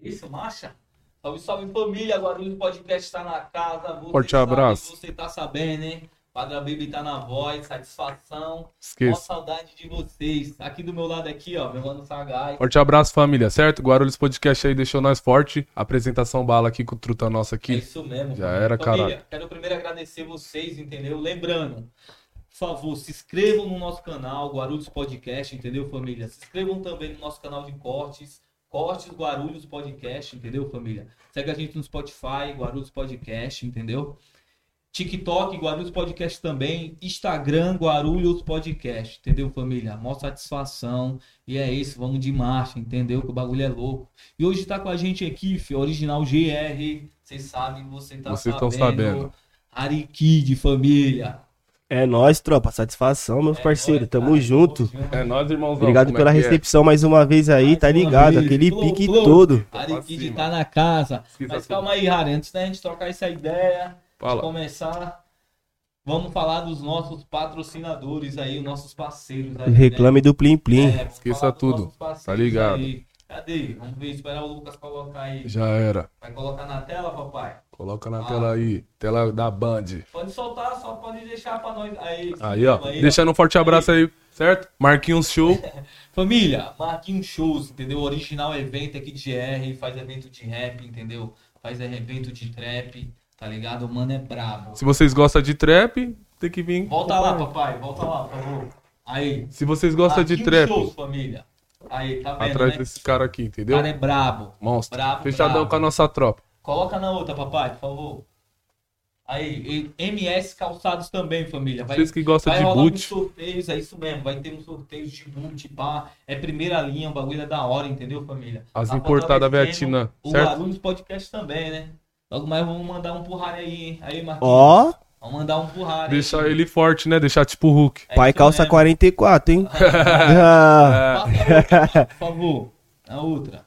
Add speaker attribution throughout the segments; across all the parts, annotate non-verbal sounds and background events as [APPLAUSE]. Speaker 1: Isso, marcha. Salve, salve família, Guarulhos Podcast tá na casa. Você
Speaker 2: Forte
Speaker 1: sabe,
Speaker 2: abraço.
Speaker 1: Você tá sabendo, hein? Padre Bibi tá na voz, satisfação. Mó
Speaker 2: Esqueça.
Speaker 1: saudade de vocês. Aqui do meu lado aqui, ó, meu mano Sagai.
Speaker 2: Forte abraço, família, certo? Guarulhos Podcast aí deixou nós forte. Apresentação bala aqui com o truta nossa
Speaker 1: É
Speaker 2: aqui.
Speaker 1: isso mesmo.
Speaker 2: Já
Speaker 1: Família,
Speaker 2: era, caralho.
Speaker 1: Quero primeiro agradecer vocês, entendeu? Lembrando, por favor, se inscrevam no nosso canal Guarulhos Podcast, entendeu, família? Se inscrevam também no nosso canal de cortes, Cortes Guarulhos Podcast, entendeu, família? Segue a gente no Spotify, Guarulhos Podcast, entendeu? TikTok, Guarulhos Podcast também, Instagram, Guarulhos Podcast, entendeu, família? Mó satisfação. E é isso, vamos de marcha, entendeu? Que o bagulho é louco. E hoje tá com a gente aqui, fi, original GR. Vocês sabem, você tá
Speaker 2: Vocês tão
Speaker 1: sabendo.
Speaker 2: sabendo.
Speaker 1: Ariquid, família.
Speaker 3: É nóis, tropa. Satisfação, meus
Speaker 1: É
Speaker 3: parceiros.
Speaker 1: nóis,
Speaker 3: Tamo
Speaker 1: cara.
Speaker 3: junto.
Speaker 1: Tamo junto.
Speaker 2: É nós, irmãozão.
Speaker 3: Obrigado
Speaker 2: Como é
Speaker 3: pela
Speaker 2: que é?
Speaker 3: recepção mais uma vez aí,
Speaker 1: Mais
Speaker 3: tá
Speaker 1: uma
Speaker 3: ligado?
Speaker 1: vez.
Speaker 3: Aquele
Speaker 1: Flow,
Speaker 3: pique
Speaker 1: flow.
Speaker 3: todo.
Speaker 1: Ariquid
Speaker 2: cima.
Speaker 1: tá na casa.
Speaker 2: Esqueça
Speaker 1: Mas
Speaker 2: tudo.
Speaker 1: calma aí, Rari, antes da gente trocar essa ideia, de
Speaker 2: Fala.
Speaker 1: começar, vamos falar dos nossos patrocinadores aí, os nossos parceiros aí. né?
Speaker 3: Reclame do Plim Plim.
Speaker 1: É, vamos
Speaker 2: Esqueça
Speaker 1: falar dos
Speaker 2: tudo,
Speaker 1: nossos parceiros
Speaker 2: tá ligado.
Speaker 1: aí. Cadê? Vamos ver, esperar o Lucas colocar aí.
Speaker 2: Já era.
Speaker 1: Vai colocar na tela, papai?
Speaker 2: Coloca na
Speaker 1: Ah.
Speaker 2: tela aí. Tela da Band.
Speaker 1: Pode soltar, só pode deixar pra nós. Aí,
Speaker 2: Aí, ó. Deixando um forte abraço aí, certo? Marquinhos Show.
Speaker 1: Família, Marquinhos Shows, entendeu? Original evento aqui de GR, faz evento de rap, entendeu? Faz evento de trap, tá ligado? O mano é brabo.
Speaker 2: Se vocês gostam de trap, tem que vir.
Speaker 1: Volta lá, papai, volta lá, por favor. Aí.
Speaker 2: Se vocês gostam de
Speaker 1: Marquinhos
Speaker 2: trap,
Speaker 1: Shows, família. Aí, tá vendo,
Speaker 2: atrás
Speaker 1: né?
Speaker 2: desse cara aqui,
Speaker 1: O
Speaker 2: entendeu?
Speaker 1: cara é brabo.
Speaker 2: Monstro.
Speaker 1: Bravo,
Speaker 2: Fechadão
Speaker 1: bravo.
Speaker 2: com a nossa tropa.
Speaker 1: Coloca na outra, papai, por favor. Aí, e- MS Calçados também, família. Vai,
Speaker 2: Vocês que gostam
Speaker 1: vai
Speaker 2: de
Speaker 1: rolar uns
Speaker 2: boot.
Speaker 1: sorteios, é isso mesmo. Vai ter uns sorteios de boot, pá. É primeira linha, o bagulho é da hora, entendeu, família?
Speaker 2: As
Speaker 1: Tá
Speaker 2: importadas
Speaker 1: fortalecendo
Speaker 2: Vietnã,
Speaker 1: O
Speaker 2: certo?
Speaker 1: Guarulhos Podcast também, né? Logo mais vamos mandar um pro Harry aí, hein? Aí, Marquinhos.
Speaker 3: Ó,
Speaker 1: Vamos mandar um pro Harry.
Speaker 2: Deixar ele forte, né? Deixar tipo o Hulk.
Speaker 1: É
Speaker 3: pai
Speaker 1: isso
Speaker 3: calça
Speaker 1: mesmo. [LAUGHS]
Speaker 3: 44, hein? Ah,
Speaker 2: É.
Speaker 1: Passa a outra, por favor. A outra.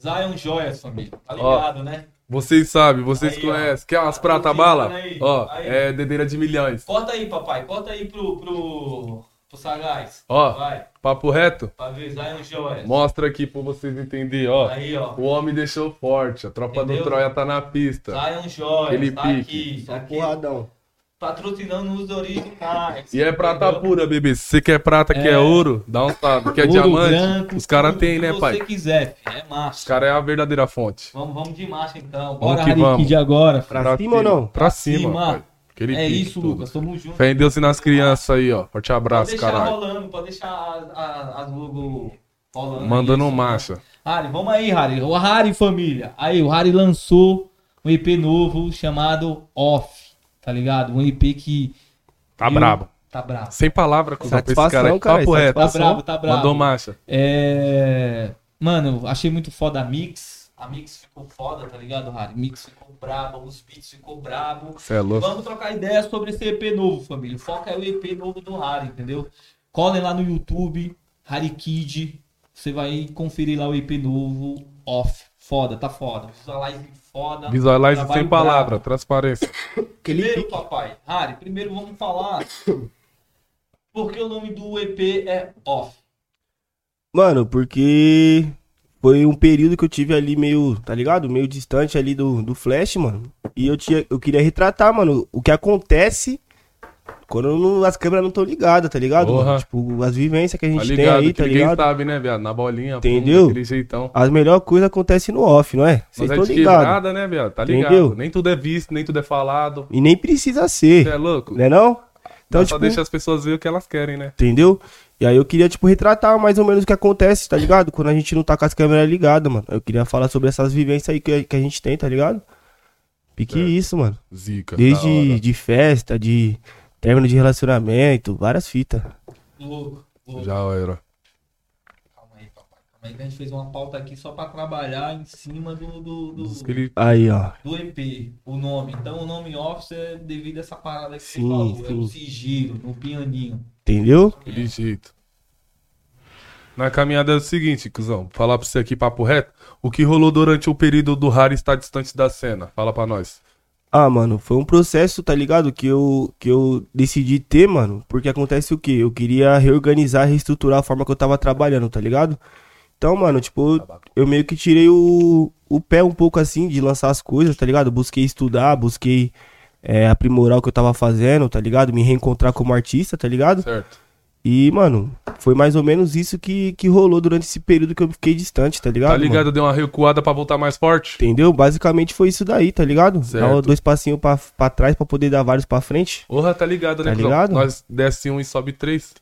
Speaker 1: Zion Joias, família. Tá
Speaker 2: Ó.
Speaker 1: ligado, né?
Speaker 2: Vocês sabem, vocês
Speaker 1: Aí, ó.
Speaker 2: conhecem. Quer umas
Speaker 1: Tá
Speaker 2: prata
Speaker 1: tudo
Speaker 2: bala?
Speaker 1: tirando aí.
Speaker 2: Ó,
Speaker 1: Aí.
Speaker 2: é dedeira de milhões.
Speaker 1: Corta aí, papai. Corta aí pro, pro, pro Sagaz.
Speaker 2: Ó.
Speaker 1: Vai.
Speaker 2: Papo reto?
Speaker 1: Pra ver Zion Joias.
Speaker 2: Mostra aqui pra vocês entenderem, ó.
Speaker 1: Tá Aí, ó.
Speaker 2: O homem deixou forte, a tropa
Speaker 1: Entendeu?
Speaker 2: do Troia tá na pista.
Speaker 1: Zion Joias.
Speaker 2: Ele
Speaker 1: tá
Speaker 2: pique.
Speaker 1: aqui. Tá aqui.
Speaker 3: porradão.
Speaker 1: Patrocinando os originais.
Speaker 2: E é prata
Speaker 1: entendeu? É.
Speaker 2: pura, bebê. Se você quer prata, quer ouro, dá um tapa. Quer
Speaker 1: Ouro
Speaker 2: diamante?
Speaker 1: branco,
Speaker 2: Os caras
Speaker 1: tudo
Speaker 2: tem,
Speaker 1: que
Speaker 2: né, pai?
Speaker 1: você quiser, filho. É
Speaker 2: Os
Speaker 1: marcha.
Speaker 2: caras é a verdadeira fonte.
Speaker 1: Vamos, vamos de marcha, então. Bora,
Speaker 2: que
Speaker 1: Harry
Speaker 2: vamos.
Speaker 1: Kid, agora. filho.
Speaker 3: Pra cima ou não?
Speaker 2: Pra cima,
Speaker 1: cima.
Speaker 2: pai. Aquele
Speaker 1: É
Speaker 2: pique
Speaker 1: isso,
Speaker 2: todo.
Speaker 1: Lucas. Tamo junto.
Speaker 2: Fé em Deus e nas crianças aí, ó. Forte
Speaker 1: Pode
Speaker 2: abraço,
Speaker 1: deixar
Speaker 2: caralho.
Speaker 1: rolando, pode deixar as, as, as logo rolando. aí,
Speaker 2: Mandando
Speaker 1: isso.
Speaker 2: marcha.
Speaker 1: Harry, vamos aí, Harry. O Harry, família. Aí, o Harry lançou um EP novo chamado Off, tá ligado? Um EP que.
Speaker 2: Tá
Speaker 1: eu-
Speaker 2: brabo.
Speaker 1: Tá brabo.
Speaker 2: Sem palavra com esse
Speaker 3: Satisfação,
Speaker 2: cara aqui.
Speaker 3: cara,
Speaker 2: Papo reto.
Speaker 1: Tá
Speaker 3: satisfação.
Speaker 1: brabo, tá brabo.
Speaker 2: Mandou marcha.
Speaker 1: É... Mano, achei muito foda a Mix. A Mix ficou foda, tá ligado, Harry? Mix ficou brabo, os beats ficou brabo.
Speaker 2: Cê é louco.
Speaker 1: Vamos trocar ideia sobre esse EP novo, família. O foco é o EP novo do Harry, entendeu? Colhem lá no YouTube, Harry Kid. Você vai conferir lá o EP novo, off. Foda, tá foda. Visualize foda.
Speaker 2: Visualize
Speaker 1: Trabalho
Speaker 2: sem palavra, transparência.
Speaker 1: Primeiro, papai. Harry, primeiro vamos falar. Porque o nome do EP é off.
Speaker 3: Mano, porque foi um período que eu tive ali meio, tá ligado? Meio distante ali do, do Flash, mano. E eu, tinha, eu queria retratar, mano, o que acontece quando eu não- as câmeras não estão ligadas, tá ligado? mano?
Speaker 2: Porra.
Speaker 3: Tipo, as vivências que a gente
Speaker 2: Tá
Speaker 3: tem
Speaker 2: ligado?
Speaker 3: aí,
Speaker 2: que
Speaker 3: tá
Speaker 2: ninguém
Speaker 3: ligado?
Speaker 2: sabe, né, viado? Na bolinha, pum,
Speaker 3: Entendeu?
Speaker 2: daquele jeitão.
Speaker 3: As melhores coisas acontecem no off, não é? Vocês
Speaker 2: Mas é de
Speaker 3: estão ligados.
Speaker 2: quebrada, né, viado? Tá ligado?
Speaker 3: Entendeu?
Speaker 2: Nem tudo é visto, nem tudo é falado.
Speaker 3: E nem precisa
Speaker 2: Você
Speaker 3: ser,
Speaker 2: é louco?
Speaker 3: né não? Então,
Speaker 2: Só
Speaker 3: tipo,
Speaker 2: deixa as pessoas verem o que elas querem, né?
Speaker 3: entendeu? E aí eu queria, tipo, retratar mais ou menos o que acontece, tá ligado? Quando a gente não tá com as câmeras ligadas, mano. Eu queria falar sobre essas vivências aí que, que a gente tem, tá ligado? Pique
Speaker 2: Certo.
Speaker 3: isso, mano.
Speaker 2: Zica. É. da
Speaker 3: Desde
Speaker 2: hora.
Speaker 3: de festa, de término de relacionamento, várias fitas.
Speaker 1: Louco, louco.
Speaker 2: Já era.
Speaker 1: Calma aí, papai. Calma aí que a gente fez uma pauta aqui só pra trabalhar em cima do, do, do,
Speaker 2: Diz que ele-
Speaker 3: Aí, ó.
Speaker 1: do EP, o nome. Então o nome Office é devido a essa parada que você
Speaker 3: Sim,
Speaker 1: falou. É
Speaker 3: sim.
Speaker 1: o sigilo, no pianinho.
Speaker 3: Entendeu?
Speaker 2: Aquele jeito. Na caminhada é o seguinte, cuzão. Falar pra você aqui, papo reto. O que rolou durante o período do Harry estar distante da cena? Fala pra nós.
Speaker 3: Ah, mano, foi um processo, tá ligado? Que eu, que eu decidi ter, mano. Porque acontece o quê? Eu queria reorganizar, reestruturar a forma que eu tava trabalhando, tá ligado? Então, mano, tipo, eu, eu meio que tirei o, o pé um pouco assim de lançar as coisas, tá ligado? Busquei estudar, busquei é, aprimorar o que eu tava fazendo, tá ligado? Me reencontrar como artista, tá ligado?
Speaker 2: Certo.
Speaker 3: E, mano, foi mais ou menos isso que, que rolou durante esse período que eu fiquei distante, tá ligado?
Speaker 2: Tá
Speaker 3: mano?
Speaker 2: ligado? Deu uma recuada pra voltar mais forte?
Speaker 3: Entendeu? Basicamente foi isso daí, tá ligado?
Speaker 2: Certo.
Speaker 3: Dá dois passinhos pra, pra trás pra poder dar vários pra frente.
Speaker 2: Porra, tá ligado, né,
Speaker 3: Tá
Speaker 2: cuzão?
Speaker 3: ligado?
Speaker 2: Nós desce um e sobe três.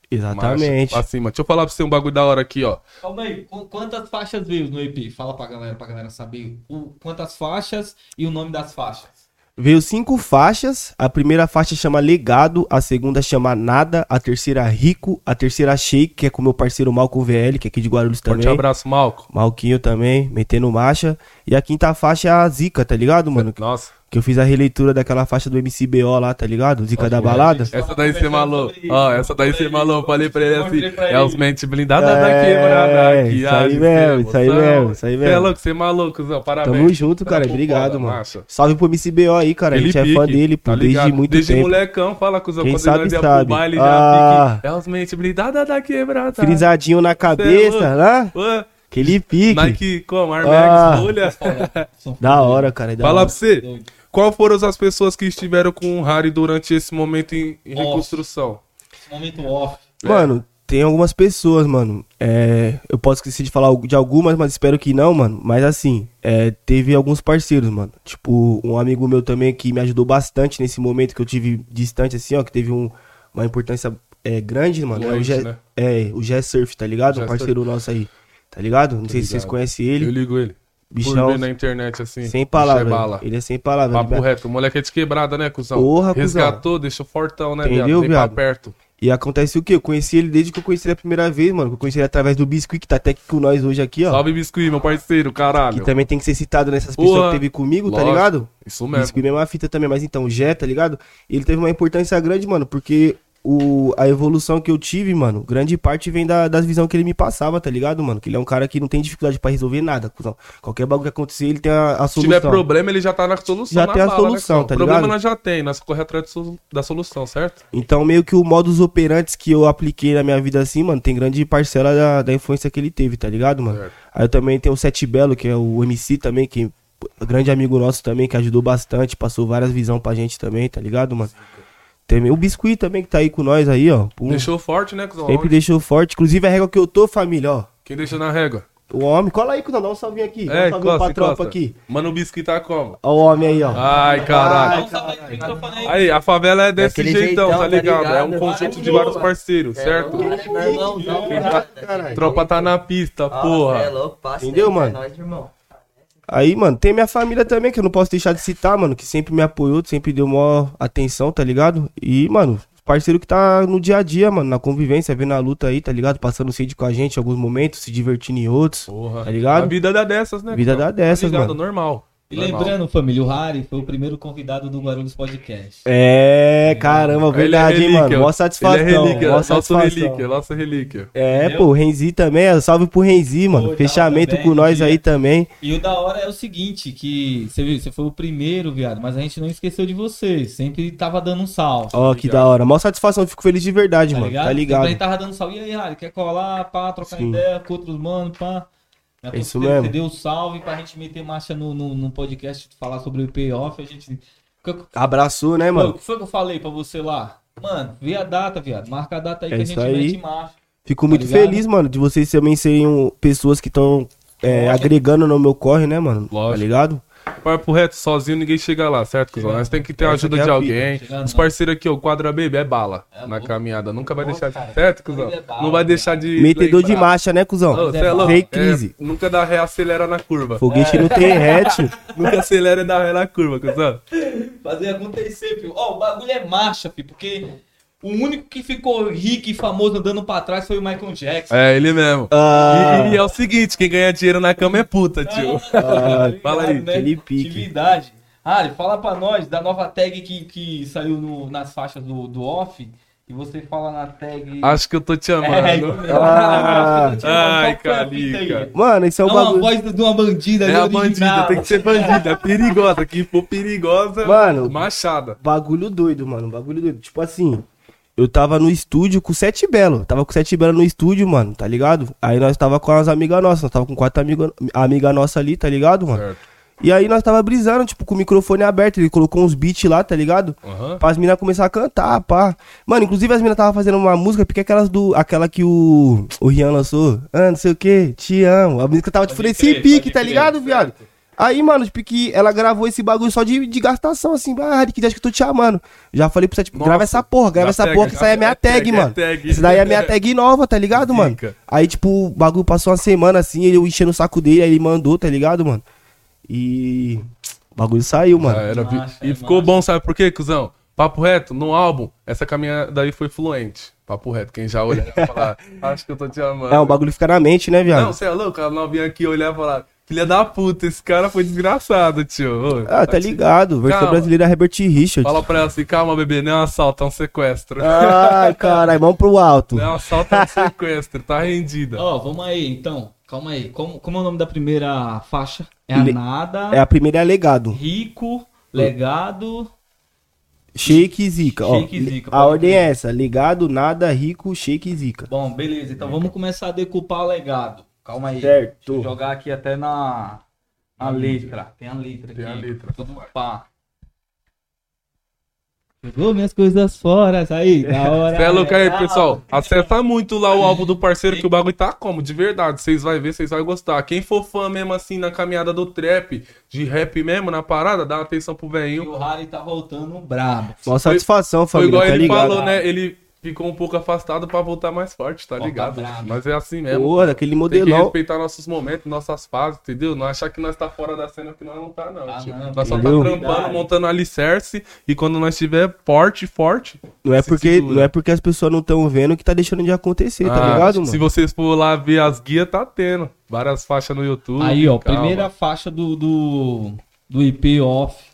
Speaker 2: Marcha
Speaker 3: Exatamente.
Speaker 2: pra cima. Deixa eu falar pra você um bagulho da hora aqui, ó.
Speaker 1: Calma aí, qu- quantas faixas veio no EP? Fala pra galera, pra galera saber o, quantas faixas e o nome das faixas.
Speaker 3: Veio cinco faixas. A primeira faixa chama Legado, a segunda chama Nada, a terceira Rico, a terceira Shake, que é com meu parceiro Malco VL, que é aqui de Guarulhos
Speaker 2: Forte
Speaker 3: também.
Speaker 2: abraço, Malco.
Speaker 3: Malquinho também, metendo marcha. E a quinta faixa é a Zica, tá ligado, mano?
Speaker 2: Nossa.
Speaker 3: Que eu fiz a releitura daquela faixa do MCBO lá, tá ligado? Zica da balada.
Speaker 1: gente.
Speaker 2: Essa daí você
Speaker 1: Conversando
Speaker 2: malou.
Speaker 1: sobre isso.
Speaker 2: Ó, essa daí você
Speaker 1: Falei
Speaker 2: malou.
Speaker 1: isso.
Speaker 2: Falei pra ele
Speaker 1: Eu
Speaker 2: assim.
Speaker 1: falei pra
Speaker 2: É
Speaker 1: ele.
Speaker 2: os mentes blindadas
Speaker 3: É,
Speaker 2: daqui, mano. Aqui,
Speaker 3: isso aí
Speaker 2: ah,
Speaker 3: mesmo,
Speaker 2: você,
Speaker 3: isso aí
Speaker 2: moção.
Speaker 3: mesmo, isso aí
Speaker 2: Você É
Speaker 3: mesmo.
Speaker 2: louco, você é maluco, cuzão. Parabéns.
Speaker 3: Tamo junto, cara.
Speaker 2: Trampo
Speaker 3: Obrigado,
Speaker 2: foda,
Speaker 3: mano.
Speaker 2: massa.
Speaker 3: Salve pro MCBO aí, cara.
Speaker 2: Ele
Speaker 3: a gente é fã
Speaker 2: pique,
Speaker 3: dele, pô,
Speaker 2: tá
Speaker 3: desde
Speaker 2: ligado?
Speaker 3: muito
Speaker 2: desde
Speaker 3: tempo.
Speaker 2: molecão, fala, cuzão.
Speaker 3: Quem
Speaker 2: quando
Speaker 3: sabe,
Speaker 2: nós ia pro
Speaker 3: sabe.
Speaker 2: baile,
Speaker 3: Ah.
Speaker 2: já pique. É os mentes blindadas da quebrada.
Speaker 3: Tá. Frisadinho na
Speaker 2: Cê é
Speaker 3: cabeça,
Speaker 2: louco.
Speaker 3: né?
Speaker 2: Ué,
Speaker 3: Aquele pique.
Speaker 2: Nike, como?
Speaker 3: Ah.
Speaker 2: Armex, bolha.
Speaker 1: São
Speaker 3: Da hora, cara. Da
Speaker 2: Fala
Speaker 3: hora.
Speaker 2: pra você, qual foram as pessoas que estiveram com o Harry durante esse momento em, em
Speaker 1: Nossa.
Speaker 2: reconstrução?
Speaker 1: Momento off.
Speaker 3: Mano, tem algumas pessoas, mano. É, eu posso esquecer de falar de algumas, mas espero que não, mano. Mas assim, é, teve alguns parceiros, mano. Tipo, um amigo meu também que me ajudou bastante nesse momento que eu tive distante, assim, ó, que teve um- uma importância é, grande, mano. é, o
Speaker 2: Longe,
Speaker 3: Gé,
Speaker 2: né?
Speaker 3: é o Gé Surf, tá ligado?
Speaker 2: Gé
Speaker 3: um parceiro nosso aí, tá ligado? Não sei se vocês
Speaker 2: ligado.
Speaker 3: conhecem
Speaker 2: Eu
Speaker 3: ele.
Speaker 2: ligo ele. Por
Speaker 3: Bichão,
Speaker 2: ver na internet assim.
Speaker 3: sem
Speaker 2: bicho é bala.
Speaker 3: palavras. Ele é sem palavras.
Speaker 2: Papo
Speaker 3: ele me-
Speaker 2: reto. O moleque é de quebrada, né, cuzão?
Speaker 3: Porra, cuzão.
Speaker 2: Resgatou, deixou fortão, né,
Speaker 3: Entendeu,
Speaker 2: Vem pra
Speaker 3: viado?
Speaker 2: perto.
Speaker 3: E acontece o quê? Eu conheci ele desde que eu conheci ele a primeira vez, mano. que Eu conheci ele através do Biscuit, que tá até aqui com nós hoje aqui, ó.
Speaker 2: Salve, Biscuit, meu parceiro,
Speaker 3: Que
Speaker 2: caralho.
Speaker 3: também tem que ser citado nessas
Speaker 2: Porra,
Speaker 3: pessoas que teve comigo,
Speaker 2: lógico,
Speaker 3: tá ligado?
Speaker 2: Isso mesmo.
Speaker 3: Isso que mesmo a fita também, mas então, o Jé, tá ligado? Ele teve uma importância grande, mano, porque o, a evolução que eu tive, mano, grande parte vem da, das visão que ele me passava, tá ligado, mano? Que ele é um cara que não tem dificuldade pra resolver nada, cuzão. Qualquer bagulho que acontecer, ele tem a, a
Speaker 2: Se
Speaker 3: solução.
Speaker 2: tiver problema, ele já tá na solução.
Speaker 3: Já
Speaker 2: na
Speaker 3: tem a
Speaker 2: bala,
Speaker 3: solução,
Speaker 2: cuzão?
Speaker 3: tá
Speaker 2: Problema
Speaker 3: ligado?
Speaker 2: nós já tem, nós corre atrás de solu- da solução, certo?
Speaker 3: Então, meio que o modus operantes que eu apliquei na minha vida assim, mano, tem grande parcela da, da influência que ele teve, tá ligado, mano?
Speaker 2: Certo.
Speaker 3: Aí eu também tem o Sete Belo, que é o MC também, que é grande amigo nosso também, que ajudou bastante, passou várias visão pra gente também, tá ligado, mano? Tem o Biscuit também, que tá aí com nós aí, ó. Pum.
Speaker 2: Deixou forte, né, cuzão?
Speaker 3: Sempre deixou forte. Inclusive, a régua que eu tô, família, ó.
Speaker 2: Quem deixou na régua?
Speaker 3: O homem, cola aí, Cunão, dá um salvinho aqui. dá um
Speaker 2: É,
Speaker 3: salvinho
Speaker 2: costa,
Speaker 3: pra tropa
Speaker 2: costa.
Speaker 3: aqui.
Speaker 2: Mano, o Biscuit tá como?
Speaker 3: Ó o homem aí, ó.
Speaker 2: Ai, caralho.
Speaker 1: Dá um salve aí pro microfone aí.
Speaker 2: Aí, a favela é desse
Speaker 4: Daquele
Speaker 2: jeitão,
Speaker 4: jeitão,
Speaker 2: tá
Speaker 4: tá
Speaker 2: ligado?
Speaker 4: ligado?
Speaker 2: É um conjunto de
Speaker 4: Barulho,
Speaker 2: vários
Speaker 4: mano.
Speaker 2: parceiro,
Speaker 3: É
Speaker 2: certo?
Speaker 4: um
Speaker 2: Ah, Tropa tá na pista,
Speaker 3: Ah,
Speaker 4: É
Speaker 2: porra.
Speaker 4: louco, passa
Speaker 3: Entendeu,
Speaker 4: aí,
Speaker 3: mano?
Speaker 4: É nóis, irmão.
Speaker 3: Aí, mano, tem minha família também, que eu não posso deixar de citar, mano, que sempre me apoiou, sempre deu maior atenção, tá ligado? E, mano, parceiro que tá no dia a dia, mano, na convivência, vendo a luta aí, tá ligado? Passando sede com a gente em alguns momentos, se divertindo em outros.
Speaker 2: Porra.
Speaker 3: Tá ligado?
Speaker 2: A vida dá dessas, né?
Speaker 3: Vida
Speaker 2: cuzão?
Speaker 3: dá dessas,
Speaker 2: Tá ligado?
Speaker 3: mano. É
Speaker 2: Normal.
Speaker 1: E
Speaker 2: Normal.
Speaker 1: lembrando, família, o Harry foi o primeiro convidado do Guarulhos Podcast.
Speaker 3: É, caramba,
Speaker 2: Ele é
Speaker 3: verdade, hein, mano.
Speaker 2: relíquia.
Speaker 3: Mó satisfação.
Speaker 2: Ele é relíquia,
Speaker 3: mó
Speaker 2: nosso
Speaker 3: satisfação.
Speaker 2: relíquia, nosso relíquia.
Speaker 3: É,
Speaker 1: Entendeu?
Speaker 3: pô, o Renzi também, ó, salve pro Renzi, mano.
Speaker 1: Pô, tá
Speaker 3: Fechamento
Speaker 1: também,
Speaker 3: com nós
Speaker 1: dia.
Speaker 3: aí também.
Speaker 1: E o da hora é o seguinte, que você viu, você foi o primeiro, viado, mas a gente não esqueceu de você. Sempre tava dando um salve.
Speaker 3: Ó, que
Speaker 2: Tá
Speaker 3: da hora. Mó satisfação, fico feliz de verdade,
Speaker 1: tá
Speaker 3: mano.
Speaker 1: ligado?
Speaker 3: Tá
Speaker 1: Sempre a gente
Speaker 3: ligado?
Speaker 1: tava dando salve. E aí, Harry, quer colar, pá, trocar
Speaker 3: Sim.
Speaker 1: ideia com outros mano, pá. Né,
Speaker 3: É isso
Speaker 1: quando você-
Speaker 3: mesmo.
Speaker 1: Você deu o salve pra gente meter marcha no, no, no podcast, falar sobre o payoff, a gente... Que-
Speaker 2: tá?
Speaker 3: Abraçou, né,
Speaker 1: Pô,
Speaker 3: mano?
Speaker 1: o que foi que eu falei pra você lá? Mano, vê a data, viado. Marca a data aí
Speaker 3: É
Speaker 1: que a
Speaker 3: isso
Speaker 1: gente
Speaker 3: aí.
Speaker 1: mete marcha.
Speaker 2: Tá
Speaker 3: Fico muito
Speaker 1: ligado?
Speaker 3: feliz, mano, de vocês também serem um- pessoas que estão
Speaker 1: Lógico.
Speaker 3: agregando no meu corre, né, mano?
Speaker 2: Lógico.
Speaker 3: Tá ligado?
Speaker 2: Papo reto, sozinho ninguém chega lá, certo, cuzão? Nós tem que ter a
Speaker 3: Essa
Speaker 2: ajuda
Speaker 3: aqui é
Speaker 2: de
Speaker 3: a
Speaker 2: alguém.
Speaker 1: vida.
Speaker 2: Os parceiros aqui, ó, o quadra baby é bala
Speaker 1: É
Speaker 2: na
Speaker 1: louco.
Speaker 2: caminhada. Nunca vai
Speaker 1: Nossa,
Speaker 2: deixar de.
Speaker 1: cara.
Speaker 2: Certo, cuzão?
Speaker 1: Ele é bala,
Speaker 2: Não vai
Speaker 1: cara.
Speaker 2: deixar de.
Speaker 3: Metedor de
Speaker 2: lembrar.
Speaker 3: marcha, né, cuzão?
Speaker 2: Ô,
Speaker 1: Mas
Speaker 2: cê
Speaker 1: é
Speaker 2: é
Speaker 1: bala.
Speaker 2: louco.
Speaker 3: Sem
Speaker 2: É,
Speaker 3: crise.
Speaker 2: nunca dá ré, acelera na curva.
Speaker 3: Foguete não tem
Speaker 2: [LAUGHS]
Speaker 3: hatch.
Speaker 2: Nunca acelera e dá ré na curva, cuzão.
Speaker 1: Fazer acontecer, filho. Ó, o bagulho é marcha, filho, porque o único que ficou rico e famoso andando pra trás foi o Michael Jackson.
Speaker 2: É, ele mesmo.
Speaker 3: Ah.
Speaker 2: E, e é o seguinte, quem ganha dinheiro na cama é puta, tio.
Speaker 1: Ah, tá
Speaker 2: fala aí,
Speaker 1: ligado,
Speaker 3: aquele pique.
Speaker 1: Atividade. Ari, fala pra nós da nova tag que, que saiu no- nas faixas do, do off. E você fala na tag.
Speaker 2: [LAUGHS] Acho que eu tô te
Speaker 1: É,
Speaker 2: amando.
Speaker 1: Qual que
Speaker 3: Ah.
Speaker 1: foi a
Speaker 2: Ai,
Speaker 1: fita aí?
Speaker 2: Calica.
Speaker 3: Mano,
Speaker 1: É
Speaker 3: isso é um
Speaker 1: uma
Speaker 3: bagulho.
Speaker 1: voz de uma bandida.
Speaker 2: É,
Speaker 1: ali,
Speaker 2: a
Speaker 1: original.
Speaker 2: bandida, tem que ser bandida. É perigosa. Quem for perigosa,
Speaker 3: Mano.
Speaker 2: machada.
Speaker 3: Bagulho doido, mano. Bagulho doido. um Tipo assim, eu tava no estúdio com o Sete Belo. Tava com o Sete Belo no estúdio, mano, tá ligado? Aí nós tava com as amigas nossas, nós tava com quatro amigas amiga nossa ali, tá ligado, mano?
Speaker 2: Certo.
Speaker 3: E aí nós tava brisando, tipo, com o microfone aberto. Ele colocou uns beats lá, tá ligado?
Speaker 2: Aham.
Speaker 3: Pra as minas começar a cantar, pá. Mano, inclusive as minas tava fazendo uma música, porque aquelas do. Aquela que o. O Rian lançou. Ah, não sei o que, te amo. A música tava, tipo,
Speaker 1: Pode
Speaker 3: nesse
Speaker 1: crer,
Speaker 3: pique,
Speaker 1: pode
Speaker 3: tá
Speaker 1: crer,
Speaker 3: ligado,
Speaker 1: certo.
Speaker 3: viado? Aí, mano, tipo, que ela gravou esse bagulho só de, de gastação, assim, ah, que acho que eu tô te amando. Já falei pra você, tipo,
Speaker 2: Nossa.
Speaker 3: grava essa porra, grava
Speaker 2: Já
Speaker 3: essa
Speaker 2: pega,
Speaker 3: porra, que
Speaker 2: já
Speaker 3: essa aí é
Speaker 2: pega,
Speaker 3: minha tag,
Speaker 2: é
Speaker 3: mano.
Speaker 2: tag.
Speaker 3: Essa daí é minha tag nova, tá ligado, mano?
Speaker 2: Zica.
Speaker 3: Aí, tipo, o bagulho passou uma semana, assim, eu enchendo o saco dele, aí ele mandou, tá ligado, mano? E. O bagulho saiu, mano.
Speaker 2: Já era vi-
Speaker 1: Massa,
Speaker 2: e
Speaker 1: é
Speaker 2: ficou
Speaker 1: massa.
Speaker 2: bom, sabe por quê, cuzão? Papo reto, no álbum, essa caminhada aí foi fluente. Papo reto, quem já olhava e falava, acho que eu tô te amando.
Speaker 3: É, o bagulho fica na mente, né, viado?
Speaker 2: Não, você é louco, a novinha aqui olhava e falava, filha da puta, esse cara foi desgraçado, tio. Ô,
Speaker 3: Ah, tá
Speaker 2: te-
Speaker 3: ligado. Versão
Speaker 2: Calma.
Speaker 3: brasileira é Herbert Richards.
Speaker 2: Fala pra ela assim, calma, bebê, não é um assalto, é um sequestro.
Speaker 3: Ah. Ai, caralho, vamos pro alto.
Speaker 2: Não é um assalto, é um sequestro, tá rendida.
Speaker 1: Ó, vamos aí, então. Calma aí. Como, como é o nome da primeira faixa? É a
Speaker 3: Le-
Speaker 1: Nada,
Speaker 3: É a primeira é legado.
Speaker 1: Rico, Legado.
Speaker 3: Shake e zica, ó.
Speaker 1: Shake e Zica,
Speaker 3: a
Speaker 1: pode
Speaker 3: ordem
Speaker 1: crer.
Speaker 3: é essa. Legado, nada, rico, shake e zica.
Speaker 1: Bom, beleza. Então vamos começar a decupar o legado. Calma aí. Deixa eu
Speaker 3: Certo.
Speaker 1: jogar aqui até na, na letra. Tem a letra aqui.
Speaker 2: Tem a letra.
Speaker 1: Tudo pá. Jogou minhas coisas fora, aí,
Speaker 2: [LAUGHS]
Speaker 1: da hora.
Speaker 2: Você é louco aí,
Speaker 1: Legal.
Speaker 2: pessoal. Acessa muito lá o álbum do parceiro, que o bagulho tá como, de verdade. Vocês vão ver, vocês vão gostar. Quem for fã mesmo assim na caminhada do trap, de rap mesmo, na parada, dá uma atenção pro
Speaker 1: E
Speaker 2: velhinho.
Speaker 1: o Harry tá voltando brabo.
Speaker 3: Uma satisfação,
Speaker 2: Foi
Speaker 3: família,
Speaker 2: igual
Speaker 3: tá
Speaker 2: ele
Speaker 3: ligado?
Speaker 2: falou, né? Ele ficou um pouco afastado pra voltar mais forte, tá
Speaker 1: Volta
Speaker 2: ligado?
Speaker 1: brabo.
Speaker 2: Mas é assim mesmo.
Speaker 3: Porra, daquele
Speaker 2: Tem que
Speaker 3: modelão.
Speaker 2: respeitar nossos momentos, nossas fases, entendeu? Não achar que nós tá fora da cena, que nós não tá, não.
Speaker 1: Ah,
Speaker 2: tio.
Speaker 1: não,
Speaker 2: nós só tá
Speaker 3: entendeu?
Speaker 2: trampando, montando alicerce, e quando nós tiver forte, forte,
Speaker 3: Não é,
Speaker 2: se
Speaker 3: porque,
Speaker 2: segura.
Speaker 3: não é porque as pessoas não estão vendo que tá deixando de acontecer, tá
Speaker 2: né? Ah,
Speaker 3: ligado, mano?
Speaker 2: Se vocês for lá ver as guias, tá tendo. Várias faixas no YouTube.
Speaker 1: Aí, ó,
Speaker 2: calma.
Speaker 1: primeira faixa do, do, do IP off,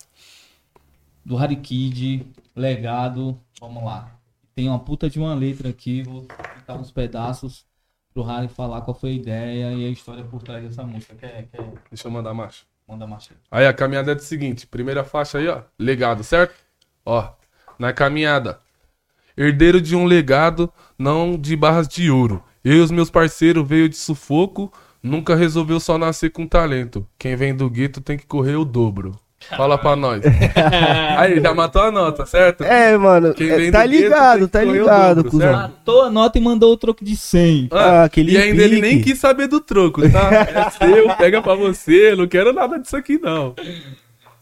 Speaker 1: do Harry Kid, legado. Vamos lá. Tem uma puta de uma letra aqui, vou botar uns pedaços pro Harry falar qual foi a ideia e a história por trás dessa música. Quer, quer
Speaker 2: Deixa eu mandar macho.
Speaker 1: mandar marcha?
Speaker 2: Aí a caminhada é do seguinte: primeira faixa aí, ó. Legado, certo? Ó, na caminhada. Herdeiro de um legado, não de barras de ouro. Eu e os meus parceiros veio de sufoco. Nunca resolveu só nascer com talento. Quem vem do gueto tem que correr o dobro. Fala pra nós. Aí, já matou a nota, certo?
Speaker 3: É, mano,
Speaker 2: Quem
Speaker 3: é,
Speaker 2: vem
Speaker 3: tá
Speaker 2: do gueto tem
Speaker 3: ligado,
Speaker 2: que
Speaker 3: tá
Speaker 2: correr o
Speaker 3: ligado,
Speaker 2: dobro,
Speaker 3: cuzão.
Speaker 2: certo?
Speaker 1: Matou a nota e mandou o troco de 100.
Speaker 2: Ah,
Speaker 3: Ah, aquele
Speaker 2: e ainda ele nem
Speaker 3: pique.
Speaker 2: quis saber do troco, tá? É seu, pega pra você, não quero nada disso aqui não.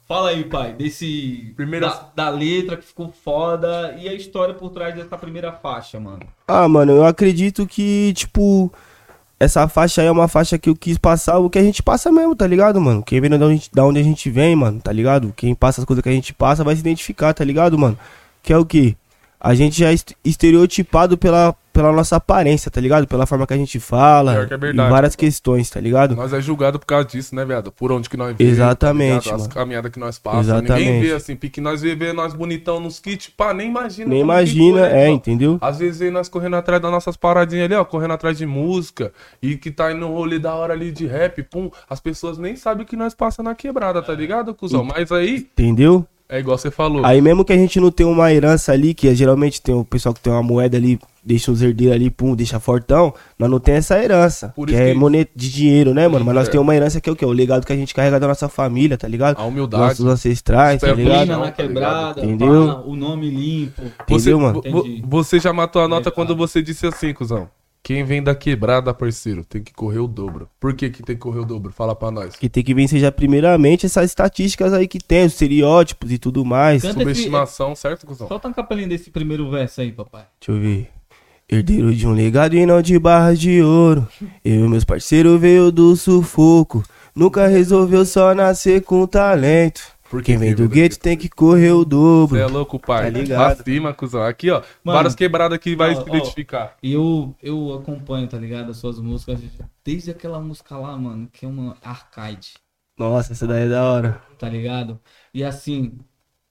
Speaker 1: Fala aí, pai, desse.
Speaker 2: Primeira-
Speaker 1: Da, da letra que ficou foda e a história por trás dessa primeira faixa, mano.
Speaker 3: Ah, mano, eu acredito que, tipo, essa faixa aí é uma faixa que eu quis passar o que a gente passa mesmo, tá ligado, mano? Quem vem da onde, da onde a gente vem, mano, tá ligado? Quem passa as coisas que a gente passa vai se identificar, tá ligado, mano? Que é o quê? A gente já é est- estereotipado pela, pela nossa aparência, tá ligado? Pela forma que a gente fala,
Speaker 2: Pior que é
Speaker 3: e
Speaker 2: verdade.
Speaker 3: várias questões, tá ligado?
Speaker 2: Nós é julgado por causa disso, né, viado? Por onde que nós vivemos.
Speaker 3: Exatamente,
Speaker 2: As
Speaker 3: mano.
Speaker 2: caminhadas que nós passamos. Ninguém
Speaker 3: Exatamente.
Speaker 2: vê assim, porque nós vê, vê nós bonitão nos kits, pá, nem imagina.
Speaker 3: Nem
Speaker 2: como que
Speaker 3: imagina,
Speaker 2: foi, né,
Speaker 3: é,
Speaker 2: pô?
Speaker 3: entendeu?
Speaker 2: Às vezes vê nós correndo atrás das nossas paradinhas ali, ó, correndo atrás de música, e que tá indo no rolê da hora ali de rap, pum, as pessoas nem sabem o que nós passa na quebrada, tá ligado, cuzão? Mas aí,
Speaker 3: Entendeu?
Speaker 2: é igual você falou.
Speaker 3: Aí mesmo que a gente não tenha uma herança ali, que é, geralmente tem o pessoal que tem uma moeda ali, deixa os herdeiros ali, pum, deixa fortão, nós não tem essa herança.
Speaker 2: Por
Speaker 3: que
Speaker 2: isso
Speaker 3: é
Speaker 2: que-
Speaker 3: monet de dinheiro, né, mano? Mas nós
Speaker 2: É.
Speaker 3: temos uma herança que é o quê? O legado que a gente carrega da nossa família, tá ligado?
Speaker 2: A humildade.
Speaker 3: Nossos ancestrais, tá
Speaker 2: Isso é
Speaker 3: ligado?
Speaker 2: bom,
Speaker 1: Mina na
Speaker 2: tá
Speaker 1: quebrada,
Speaker 3: ligado? Entendeu?
Speaker 1: pá, o nome limpo.
Speaker 2: Você,
Speaker 3: Entendeu, mano?
Speaker 2: vo- vo-
Speaker 1: Entendi.
Speaker 2: você já matou a nota
Speaker 1: Legal.
Speaker 2: quando você disse assim, cuzão. Quem vem da quebrada, parceiro, tem que correr o dobro. Por que, que tem que correr o dobro? Fala pra nós.
Speaker 3: Que tem que vencer já primeiramente essas estatísticas aí que tem, os estereótipos e tudo mais.
Speaker 1: Canta-
Speaker 2: Subestimação, certo, cuzão?
Speaker 1: Solta uma capelinha desse primeiro verso aí, papai.
Speaker 3: Deixa eu ver. Herdeiro de um legado e não de barras de ouro. Eu e meus parceiros veio do sufoco. Nunca resolveu só nascer com talento.
Speaker 2: Porque
Speaker 3: Quem vem do
Speaker 2: gueto.
Speaker 3: gueto tem que correr o dobro.
Speaker 2: Você é louco, pai.
Speaker 3: Tá ligado.
Speaker 2: Acima, cuzão. Aqui, ó.
Speaker 1: Mano,
Speaker 2: várias quebradas que vai
Speaker 1: ó,
Speaker 2: se identificar.
Speaker 1: E eu, eu acompanho, tá ligado? As suas músicas. Desde aquela música lá, mano, que é uma arcade,
Speaker 3: Nossa, essa daí é da hora.
Speaker 1: tá ligado? E assim,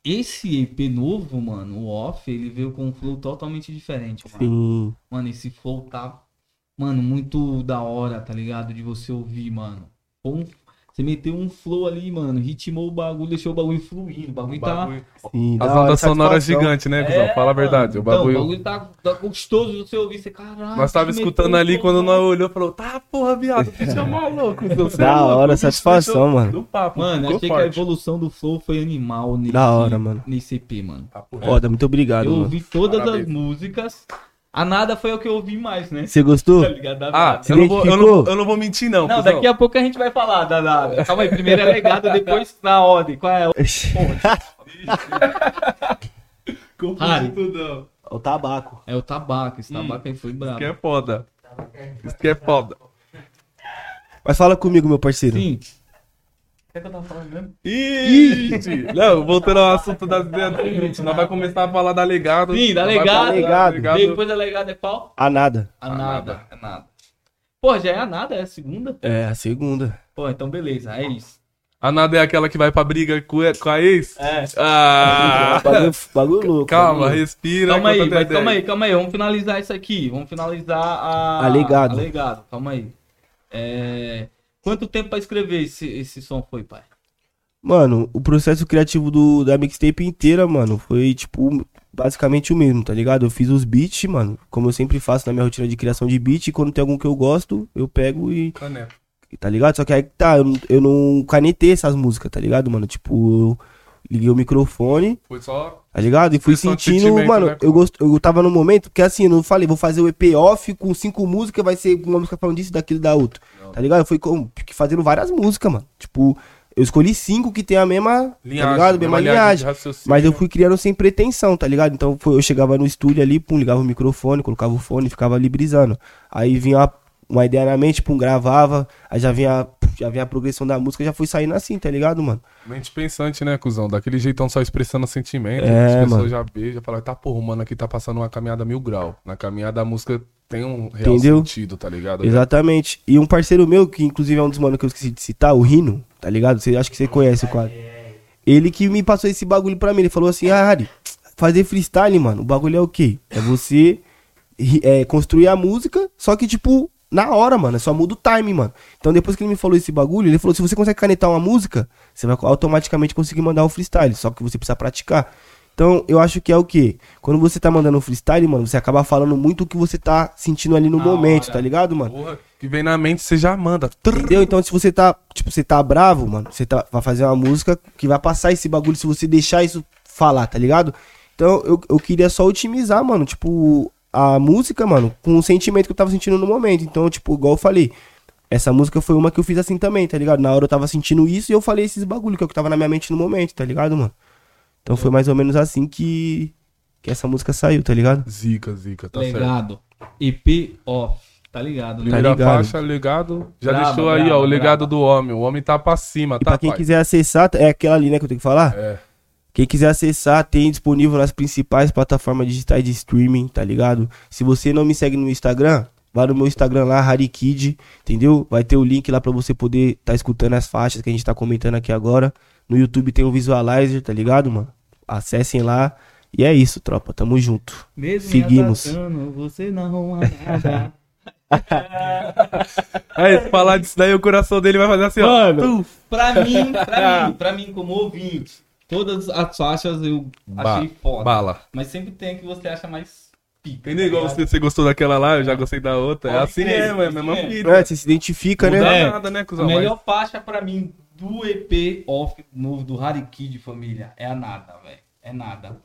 Speaker 1: esse EP novo, mano, o off, ele veio com um flow totalmente diferente, mano.
Speaker 3: Sim.
Speaker 1: Mano, esse flow tá, mano, muito da hora, tá ligado? De você ouvir, mano. Foi um- Você meteu um flow ali, mano. Ritmou o bagulho, deixou o bagulho fluindo. O bagulho,
Speaker 2: Bagulho.
Speaker 3: Sim,
Speaker 2: As
Speaker 3: da hora,
Speaker 2: ondas sonoras
Speaker 3: satisfação.
Speaker 2: gigantes, né,
Speaker 1: tá.
Speaker 2: Guzão? Fala a verdade. O
Speaker 1: mano.
Speaker 2: bagulho.
Speaker 1: Então, o bagulho tá, tá gostoso de você ouvir. Você, caralho.
Speaker 2: Nós tava
Speaker 1: meteu
Speaker 2: escutando
Speaker 1: um
Speaker 2: ali
Speaker 1: flow,
Speaker 2: quando nós
Speaker 1: mano.
Speaker 2: olhou, falou, tá, porra, viado, que chamar o louco. seu, você é
Speaker 3: Da
Speaker 2: louco,
Speaker 3: hora,
Speaker 2: o bicho
Speaker 3: satisfação,
Speaker 2: deixou-
Speaker 3: mano.
Speaker 2: Do papo,
Speaker 1: Mano,
Speaker 2: ficou
Speaker 1: achei que a
Speaker 2: forte.
Speaker 1: evolução do flow foi animal nesse,
Speaker 3: Da hora, mano.
Speaker 1: nesse EP, mano.
Speaker 2: Papo reto.
Speaker 3: Foda, muito obrigado,
Speaker 1: eu
Speaker 3: mano.
Speaker 1: ouvi todas
Speaker 2: Parabéns.
Speaker 1: as músicas. A nada foi o que eu ouvi mais,
Speaker 3: [LAUGHS]
Speaker 1: né?
Speaker 3: Você gostou?
Speaker 1: Tá ligado? Da
Speaker 2: Ah, é
Speaker 1: nada.
Speaker 2: eu não, vou, eu, não,
Speaker 3: identificou?
Speaker 2: eu não vou mentir, não.
Speaker 1: Não,
Speaker 2: cuzão.
Speaker 1: daqui a pouco a gente vai falar da nada. Calma aí,
Speaker 2: [LAUGHS]
Speaker 1: primeiro é legado, depois na ordem. Qual é? Ai.
Speaker 2: Confundi tudo, não.
Speaker 3: o tabaco.
Speaker 1: É o tabaco. Esse tabaco aí foi brabo.
Speaker 2: Hum. Isso que é foda. Isso que é foda.
Speaker 3: Mas fala comigo, meu
Speaker 2: é
Speaker 3: parceiro.
Speaker 1: Sim. O que, é que eu tava falando mesmo?
Speaker 2: Ih, tio. não, voltando ao assunto das ideias do seguinte, nós vai começar a falar da legado.
Speaker 1: Sim, da
Speaker 2: Nós vai
Speaker 1: legado.
Speaker 2: falar da legado.
Speaker 1: Depois da legada é qual?
Speaker 3: A nada.
Speaker 1: A,
Speaker 2: A
Speaker 1: nada.
Speaker 2: nada.
Speaker 1: A nada. Pô, já é a nada, é a segunda?
Speaker 3: É, a segunda.
Speaker 1: Pô, então beleza, é isso.
Speaker 2: A nada é aquela que vai pra briga com e- com a ex?
Speaker 1: É.
Speaker 2: Ah,
Speaker 3: Bagulho, bagulho louco.
Speaker 2: calma,
Speaker 3: bagulho louco.
Speaker 2: respira.
Speaker 1: Calma aí,
Speaker 2: conta
Speaker 1: vai,
Speaker 2: tua
Speaker 1: calma
Speaker 2: ideia.
Speaker 1: aí, calma aí. Vamos finalizar isso aqui. Vamos finalizar a.
Speaker 3: A legado.
Speaker 1: a legado, calma aí. É, Quanto tempo pra escrever esse, esse som foi, pai?
Speaker 3: Mano, o processo criativo do, da mixtape inteira, mano, foi tipo basicamente o mesmo, tá ligado? Eu fiz os beats, mano, como eu sempre faço na minha rotina de criação de beat, e quando tem algum que eu gosto, eu pego e
Speaker 2: Caneco.
Speaker 3: tá ligado? Só que aí que tá, eu, não- eu não canetei essas músicas, tá ligado, mano? Tipo, eu liguei o microfone,
Speaker 2: Foi só.
Speaker 3: tá ligado? E fui
Speaker 2: Foi só
Speaker 3: sentindo,
Speaker 2: sentimento,
Speaker 3: mano,
Speaker 2: né,
Speaker 3: eu,
Speaker 2: cara?
Speaker 3: gost, eu tava no momento, porque assim, eu não falei, vou fazer o EP off com cinco músicas, vai ser uma música falando disso, daquilo, da outra, tá ligado? Eu fui com- fazendo várias músicas, mano, tipo... Eu escolhi cinco que tem a mesma, tá ligado? Mesma linhagem. Mas eu fui criando sem pretensão, tá ligado? Então foi- eu chegava no estúdio ali, pum, ligava o microfone, colocava o fone, ficava ali brisando. Aí vinha uma, uma ideia na mente, pum, gravava, aí já vinha, puf, já vinha a progressão da música, já fui saindo assim, tá ligado, mano?
Speaker 2: Mente pensante, né, cuzão? Daquele jeitão só expressando sentimento.
Speaker 3: É,
Speaker 2: as pessoas
Speaker 3: mano.
Speaker 2: já beijam, falam, tá, porra, o mano, aqui tá passando uma caminhada mil grau. Na caminhada a música tem um real
Speaker 3: Entendeu?
Speaker 2: sentido, tá ligado?
Speaker 1: né?
Speaker 3: Exatamente. E um parceiro meu, que inclusive é um dos mano que eu esqueci de citar, o Rino, tá ligado? Você acho que você conhece o cara. Ele que me passou esse bagulho pra mim. Ele falou assim: Ah, Ari, fazer freestyle, mano, o bagulho é o quê? É você ri- é, construir a música, só que, tipo, na hora, mano. é Só muda o time, mano. Então depois que ele me falou esse bagulho, ele falou: se você consegue canetar uma música, você vai automaticamente conseguir mandar um freestyle. Só que você precisa praticar. Então, eu acho que é o quê? Quando você tá mandando um freestyle, mano, você acaba falando muito o que você tá sentindo ali no
Speaker 1: Na
Speaker 3: momento,
Speaker 1: hora.
Speaker 3: tá ligado, mano?
Speaker 2: Porra, que vem na mente, você já manda.
Speaker 3: Entendeu? Então, se você tá, tipo, você tá bravo, mano, você tá, vai fazer uma música que vai passar esse bagulho se você deixar isso falar, tá ligado? Então, eu, eu queria só otimizar, mano, tipo, a música, mano, com o sentimento que eu tava sentindo no momento. Então, tipo, igual eu falei, essa música foi uma que eu fiz assim também, tá ligado? Na hora eu tava sentindo isso e eu falei esses bagulho que é o que tava na minha mente no momento, tá ligado, mano? Então, foi mais ou menos assim que, que essa música saiu, tá ligado?
Speaker 2: Zica, zica, tá certo.
Speaker 1: legado. EP off. Tá ligado, né?
Speaker 2: Primeira
Speaker 3: ligado.
Speaker 2: faixa, legado. Já
Speaker 1: Braba,
Speaker 2: deixou aí, ó,
Speaker 1: braba,
Speaker 2: o legado
Speaker 1: braba.
Speaker 2: do homem. O homem tá pra cima,
Speaker 3: E
Speaker 2: tá,
Speaker 3: pra quem
Speaker 2: pai?
Speaker 3: quiser acessar, é aquela ali, né, que eu tenho que falar?
Speaker 2: É.
Speaker 3: Quem quiser acessar, tem disponível nas principais plataformas digitais de streaming, tá ligado? Se você não me segue no Instagram, vai no meu Instagram lá, Harikid, entendeu? Vai ter o link lá pra você poder tá escutando as faixas que a gente tá comentando aqui agora. No YouTube tem o Visualizer, tá ligado, mano? Acessem lá. E é isso, tropa. Tamo junto.
Speaker 1: Mesmo
Speaker 3: Seguimos.
Speaker 1: me abraçando, você não arruma nada.
Speaker 2: Aí, se falar disso daí, o coração dele vai fazer assim, ó.
Speaker 1: Mano.
Speaker 2: Tuf.
Speaker 1: pra mim,
Speaker 2: [LAUGHS]
Speaker 1: pra mim, pra mim, como ouvinte, todas as faixas eu
Speaker 2: Ba-
Speaker 1: achei foda.
Speaker 2: Bala.
Speaker 1: Mas sempre tem a que você acha mais pica.
Speaker 2: Entendeu?
Speaker 1: tá
Speaker 2: Igual
Speaker 1: ligado?
Speaker 2: você, você gostou daquela lá, eu já gostei da outra. É
Speaker 1: Pode
Speaker 2: assim
Speaker 1: crer,
Speaker 2: mesmo, é a mesma
Speaker 1: pode crer.
Speaker 2: fita.
Speaker 3: É, você se identifica,
Speaker 2: Não
Speaker 3: né?
Speaker 2: dá
Speaker 1: É.
Speaker 2: nada, né,
Speaker 1: A
Speaker 2: cuzão? Mas-
Speaker 1: melhor faixa pra mim do EP off novo do Harry Kid, família, é a nada, velho. É nada.